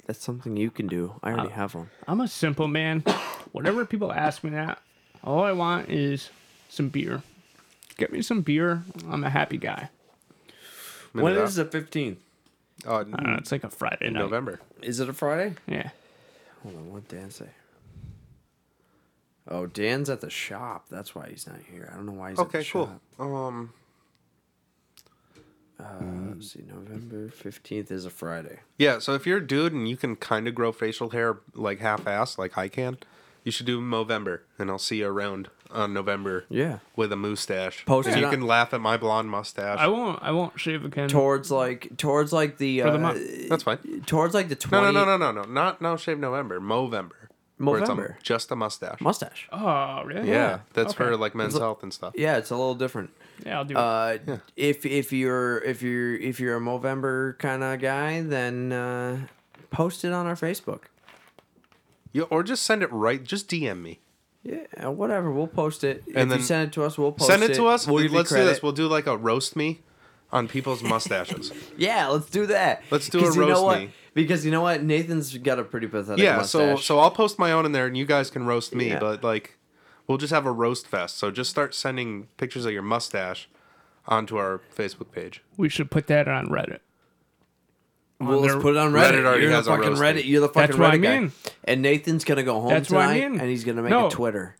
S1: That's something you can do. I
S3: Uh,
S1: already have one.
S3: I'm a simple man. Whenever people ask me that, all I want is some beer. Get me some beer. I'm a happy guy.
S2: Remember that?
S1: the fifteenth?
S2: Oh,
S3: I don't know, Uh, it's like a Friday night.
S2: November.
S1: Is it a Friday?
S3: Yeah.
S1: Hold on, what Dan say? Oh, Dan's at the shop. That's why he's not here. I don't know why he's at
S2: Okay,
S1: the
S2: cool.
S1: shop.
S2: Um,
S1: Let's see, November fifteenth is a Friday.
S2: yeah. So if you're a dude and you can kind of grow facial hair like half-assed, like I can, you should do Movember, and I'll see you around on November.
S1: Yeah.
S2: with a mustache.
S1: Post
S2: and
S1: it
S2: you
S1: on-
S2: can laugh at my blonde mustache.
S3: I won't. I won't shave again.
S1: Towards like towards like the,
S3: For the
S1: uh,
S3: month.
S2: That's fine.
S1: towards like the
S2: No,
S1: twenty.
S2: no, no, no, no, no. Not no shave November. Movember. Where it's a-
S1: Movember.
S2: just a mustache.
S1: mustache.
S3: oh, really?
S2: Uh, yeah, that's
S3: Okay.
S2: for like men's health and stuff.
S1: Yeah, it's a little different.
S3: Yeah, I'll do it.
S1: Uh, if if you're if you're if you're a Movember kind of guy, then uh, post it on our Facebook.
S2: You, or just send it right. Just DM me.
S1: Yeah, whatever. We'll post it. if
S2: then-
S1: you send it to us, we'll post
S2: send it, to us.
S1: We'll
S2: We-
S1: give you
S2: let's do this.
S1: credit.
S2: We'll do like a roast me on people's mustaches.
S1: yeah, let's do that.
S2: Let's do
S1: 'Cause
S2: a
S1: you know
S2: roast
S1: what?
S2: me.
S1: Because you know what, Nathan's got a pretty pathetic
S2: yeah. So
S1: mustache.
S2: so I'll post my own in there, and you guys can roast me.
S1: Yeah.
S2: But like, we'll just have a roast fest. So just start sending pictures of your mustache onto our Facebook page.
S3: We should put that on Reddit. On
S1: Well, let's
S3: their-
S1: put it on
S2: Reddit
S1: Reddit.
S2: already
S1: you're the
S2: has our
S1: fucking
S2: roasting.
S1: Reddit. You're the fucking
S3: That's
S1: Reddit
S3: what I
S1: guy.
S3: mean.
S1: And Nathan's gonna go home
S3: That's what I
S1: tonight,
S3: mean.
S1: and he's gonna make
S3: No.
S1: a Twitter.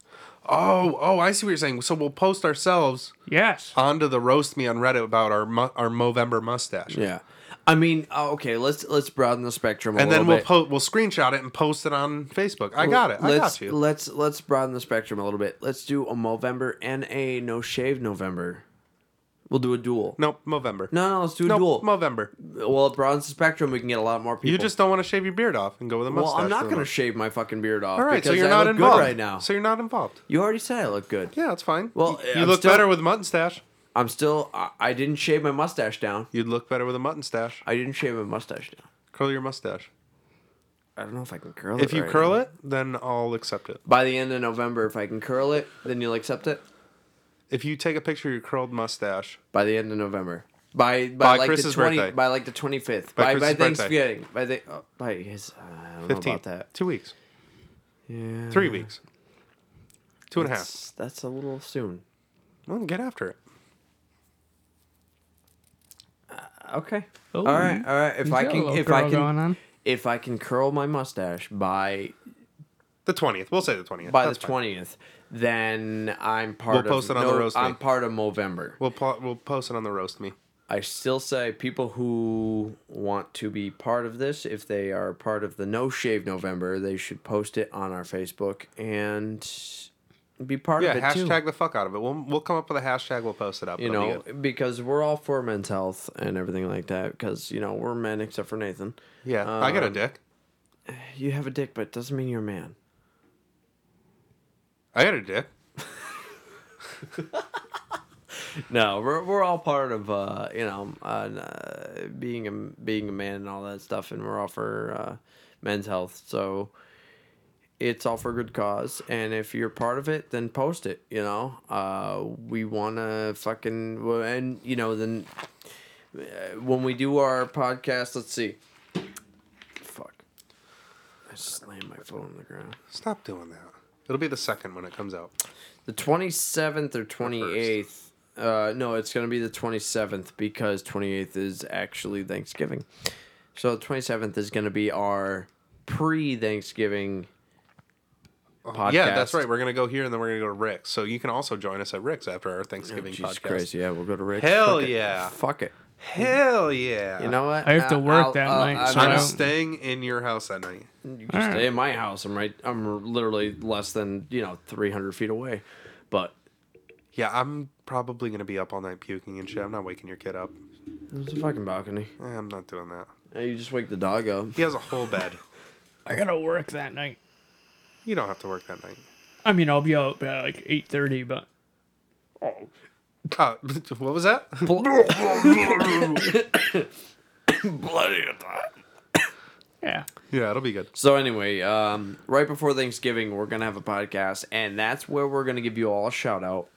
S2: Oh, oh, I see what you're saying. So we'll post ourselves
S3: Yes.
S2: onto the roast me on Reddit about our mu- our Movember mustache.
S1: Yeah, I mean, oh, okay, let's let's broaden the spectrum. A
S2: And
S1: little
S2: then we'll
S1: bit.
S2: po- we'll screenshot it and post it on Facebook. I got it. I
S1: let's,
S2: got you.
S1: Let's let's broaden the spectrum a little bit. Let's do a Movember and a no shave November. We'll do a duel.
S2: Nope, Movember.
S1: No, no, let's do a
S2: nope,
S1: duel.
S2: Movember.
S1: well, it broadens the spectrum. We can get a lot more people.
S2: You just don't want to shave your beard off and go with a
S1: well,
S2: mustache.
S1: I'm not
S2: for the
S1: gonna
S2: month.
S1: shave my fucking beard off.
S2: All right,
S1: because
S2: so you're
S1: I
S2: not
S1: look
S2: involved
S1: good right now.
S2: So you're not involved.
S1: you already said I look good.
S2: Yeah, that's fine.
S1: Well,
S2: you, you
S1: I'm
S2: look
S1: still-
S2: better with a mutton stash.
S1: I'm still. I, I didn't shave my mustache down.
S2: You'd look better with a mutton stash.
S1: I didn't shave my mustache down.
S2: Curl your mustache.
S1: I don't know if I can curl it.
S2: If you
S1: right
S2: curl
S1: now.
S2: it, then I'll accept it.
S1: by the end of November, if I can curl it, then you'll accept it.
S2: If you take a picture of your curled mustache,
S1: By the end of November. By by,
S2: By
S1: like the
S2: Chris's
S1: twenty
S2: birthday.
S1: by like the twenty fifth.
S2: By
S1: By by
S2: Chris's birthday.
S1: Thanksgiving. By the oh, by his I don't know
S2: 15.
S1: about that. Mm.
S2: Two weeks.
S1: Yeah.
S2: Three weeks. Two and a half.
S1: That's, that's a little soon.
S2: Well, get after it.
S1: Okay.
S3: Oh,
S1: all right, all right. If
S3: you
S1: I
S3: got a
S1: can
S3: little
S1: if I
S3: curl going
S1: can
S3: on.
S1: if I can curl my mustache by
S2: The 20th. We'll say the 20th.
S1: by
S2: That's
S1: the
S2: fine.
S1: twentieth, then I'm part
S2: We'll post
S1: of
S2: it on the roast
S1: I'm
S2: week.
S1: part of Movember.
S2: We'll, po- we'll post it on the roast me.
S1: I still say people who want to be part of this, if they are part of the No Shave November, they should post it on our Facebook and be part
S2: Yeah,
S1: of it
S2: hashtag
S1: too.
S2: the fuck out of it. We'll, we'll come up with a hashtag. We'll post it up.
S1: You
S2: It'll be
S1: know,
S2: good.
S1: because we're all for men's health and everything like that. Because you know we're men except for Nathan.
S2: Yeah, I got a
S1: um,
S2: dick.
S1: You have a dick, but it doesn't mean you're a man.
S2: I got a dick.
S1: No, we're, we're all part of uh, you know uh, n- uh, being a being a man and all that stuff, and we're all for uh, men's health. So it's all for a good cause, and if you're part of it, then post it. You know, uh, we want to fucking well, and you know then uh, when we do our podcast, let's see. Fuck, I slammed my phone on the ground.
S2: Stop doing that. It'll be the second when it comes out.
S1: The 27th or 28th. Uh, no, it's going to be the 27th because 28th is actually Thanksgiving. So the 27th is going to be our pre Thanksgiving podcast.
S2: Oh, Yeah, that's right. We're gonna go here and then we're gonna go to Rick's. So you can also join us at Rick's after our Thanksgiving
S1: Jesus
S2: podcast.
S1: Christ. Yeah, we'll go to Rick's.
S2: Hell
S1: Fuck it.
S2: yeah.
S1: Fuck it.
S2: Hell yeah!
S1: You know what? uh,
S3: Uh, I have to work that night, so
S1: I'm
S2: I'm
S3: I
S1: just-
S2: staying in your house that night.
S1: you can stay in my house. I'm right. I'm literally less than, you know, 300 feet away. But
S2: Yeah, I'm probably gonna be up all night puking and shit. I'm not waking your kid up.
S1: there's a fucking balcony.
S2: Eh, I'm not doing that.
S1: Uh, You just wake the dog up.
S2: He has a whole bed.
S3: I gotta work that night.
S2: You don't have to work that night.
S3: I mean, I'll be out by like eight thirty, but
S1: Uh,
S2: Oh, what was that?
S1: Bloody
S3: yeah.
S2: yeah, it'll be good.
S1: So anyway, um, right before Thanksgiving, we're gonna have a podcast, and that's where we're gonna give you all a shout out.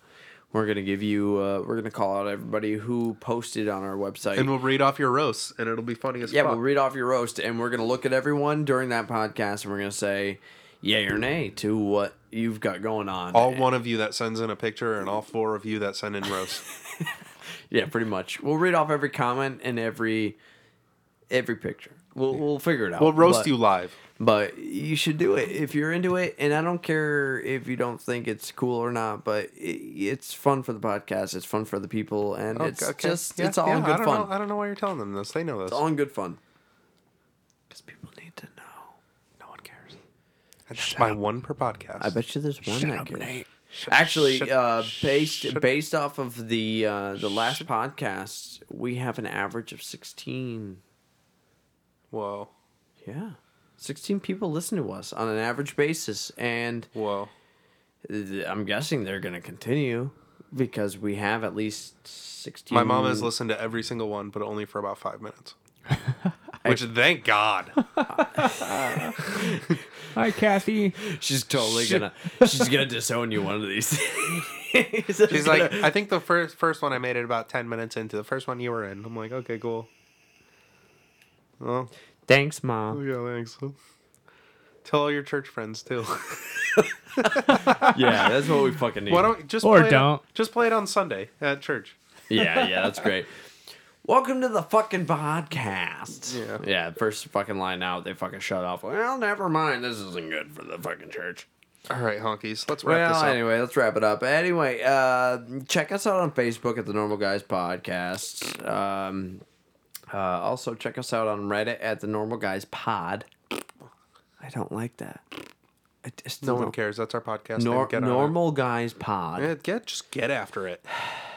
S1: We're gonna give you, uh, we're gonna call out everybody who posted on our website.
S2: And we'll read off your roasts, and it'll be funny as
S1: yeah,
S2: fuck.
S1: we'll read off your roast, and we're gonna look at everyone during that podcast, and we're gonna say yay or nay to what you've got going on.
S2: all one of you that sends in a picture, and all four of you that send in roasts.
S1: yeah, pretty much. We'll read off every comment and every every picture. We'll we'll figure it out.
S2: We'll roast
S1: but-
S2: you live.
S1: but you should do it if you're into it and i don't care if you don't think it's cool or not but i it's fun for the podcast it's fun for the people and it's
S2: Oh, Okay.
S1: just
S2: Yeah,
S1: it's all
S2: yeah,
S1: in
S2: I
S1: good
S2: don't
S1: fun
S2: Know, I don't know why you're telling them this. They know this.
S1: it's all in good fun because people need to know no one cares
S2: That's my one per podcast.
S1: i bet you there's one that cares actually
S2: shut-
S1: uh, based based off of the uh, the last podcast we have an average of 16
S2: Whoa,
S1: yeah 16 people listen to us on an average basis and
S2: whoa.
S1: th- I'm guessing they're going to continue because we have at least 16.
S2: My mom
S1: Mm.
S2: has listened to every single one, but only for about five minutes. Which, thank God.
S3: Hi, Kathy.
S1: She's totally going to, she's going to disown you one of these days.
S2: She's like, I think the first first one I made it about ten minutes into the first one you were in. I'm like, okay, cool. Well,
S1: thanks, mom.
S2: yeah, thanks. Tell all your church friends too.
S1: Yeah, that's what we fucking need.
S2: Why don't just
S3: Or
S2: play it-
S3: don't.
S2: just play it on Sunday at church?
S1: Yeah, yeah, that's great. Welcome to the fucking podcast.
S2: Yeah.
S1: Yeah, first fucking line out, they fucking shut off. Well, never mind. This isn't good for the fucking church.
S2: All right, honkies, let's wrap
S1: Well,
S2: this up.
S1: anyway, let's wrap it up. Anyway, uh, check us out on Facebook at the Normal Guys Podcast. Um, uh, also, check us out on Reddit at the Normal Guys Pod. I don't like that. I just
S2: No
S1: don't-
S2: one cares. That's our podcast. name.
S1: Nor-
S2: Get on it.
S1: normal Guys Pod.
S2: Yeah, get just get after it.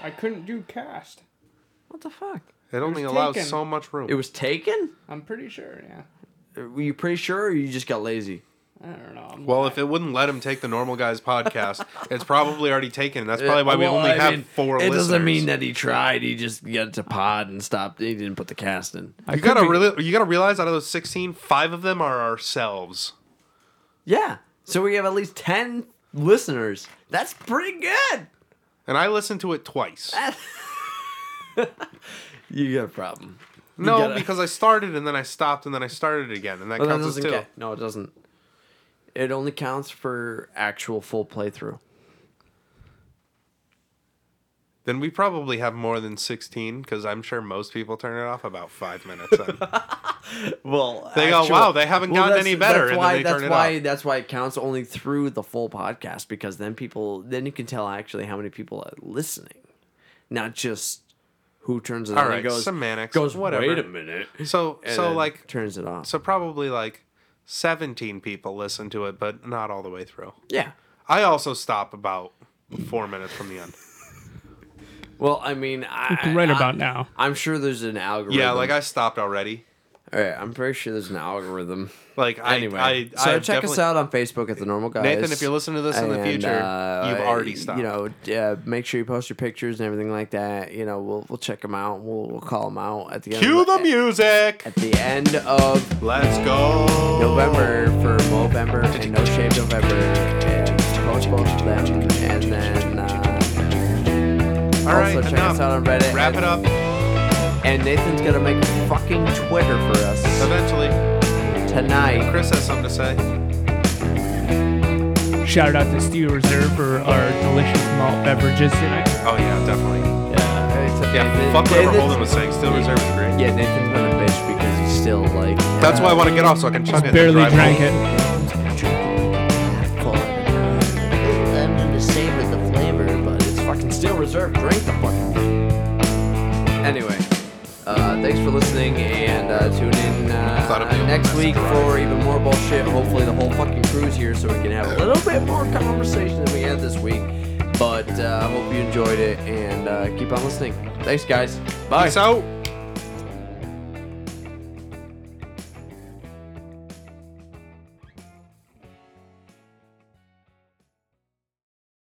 S3: I couldn't do cast.
S1: What the fuck?
S2: It only
S3: was
S2: allows
S3: taken.
S2: so much room.
S1: It was taken?
S3: I'm pretty sure. Yeah.
S1: Were you pretty sure, or you just got lazy?
S3: I don't know. I'm
S2: well, if it wouldn't let him take the normal guys podcast, it's probably already taken. That's probably why we
S1: Well,
S2: only
S1: I
S2: have
S1: mean,
S2: four.
S1: It doesn't
S2: listeners.
S1: mean that he tried. He just got to pod and stopped. He didn't put the cast in.
S3: I
S2: you
S3: could
S2: gotta
S3: be-
S2: really, you gotta realize out of those 16, five of them are ourselves.
S1: Yeah. So we have at least 10 listeners. That's pretty good.
S2: And I listened to it twice.
S1: You got a problem.
S2: no,
S1: gotta-
S2: because I started and then I stopped and then I started again, and that
S1: Well, that
S2: counts as
S1: doesn't
S2: two.
S1: count. No, it doesn't. It only counts for actual full playthrough.
S2: Then we probably have more than 16 because I'm sure most people turn it off about five minutes. in.
S1: Well,
S2: They go, "Wow, they haven't gotten
S1: that's-
S2: any better," and
S1: That's
S2: then
S1: why.
S2: they
S1: that's
S2: turn it
S1: why.
S2: off.
S1: That's why it counts only through the full podcast because then people, then you can tell actually how many people are listening, not just who turns it
S2: All
S1: on
S2: right,
S1: and goes.
S2: semantics,
S1: goes.
S2: whatever.
S1: Wait a minute.
S2: so,
S1: and
S2: so
S1: then
S2: like,
S1: turns it off.
S2: so probably like 17 people listen to it, but not all the way through.
S1: yeah.
S2: I also stop about four minutes from the end.
S1: Well, I mean, I,
S3: right
S1: I-
S3: about now.
S1: I'm sure there's an algorithm.
S2: Yeah, like I stopped already.
S1: All right, I'm pretty sure there's an algorithm.
S2: Like I,
S1: Anyway,
S2: I,
S1: so
S2: I've
S1: check us
S2: definitely-
S1: out on Facebook at the Normal Guys.
S2: Nathan, if you're listening to this in the
S1: And,
S2: future,
S1: uh,
S2: you've already stopped.
S1: You know, uh, make sure you post your pictures and everything like that. You know, we'll we'll check them out. We'll we'll call them out at the end.
S2: Cue
S1: of
S2: the music.
S1: At the end of
S2: Let's go.
S1: November for November and No Shave November, and post both of them, and then uh,
S2: All right,
S1: also check
S2: enough.
S1: us out on Reddit.
S2: Wrap
S1: and,
S2: it up
S1: And Nathan's gonna make fucking Twitter for us
S2: eventually.
S1: tonight.
S2: Chris has something to say.
S3: Shout out to Steel Reserve for our delicious malt beverages tonight.
S2: Oh yeah, definitely.
S1: Yeah,
S2: Yeah, fuck whatever Holden was saying. Still reserve is great.
S1: Yeah, Nathan's been a bitch because he's still like.
S2: That's why I want to get off so I can chug it. and
S3: Barely
S2: drive
S3: drank
S2: home.
S3: it.
S1: full. I'm to savor the flavor, but it's fucking still reserved. Drink the fucking. Anyway, uh, thanks for listening and uh, tune in
S2: Thought it'd be
S1: uh,
S2: a
S1: next
S2: little
S1: week
S2: messy
S1: for even more bullshit. Hopefully, the whole fucking crew's here so we can have a little bit more conversation than we had this week. But uh, I hope you enjoyed it and uh, keep on listening. Thanks, guys. Bye.
S2: Peace out.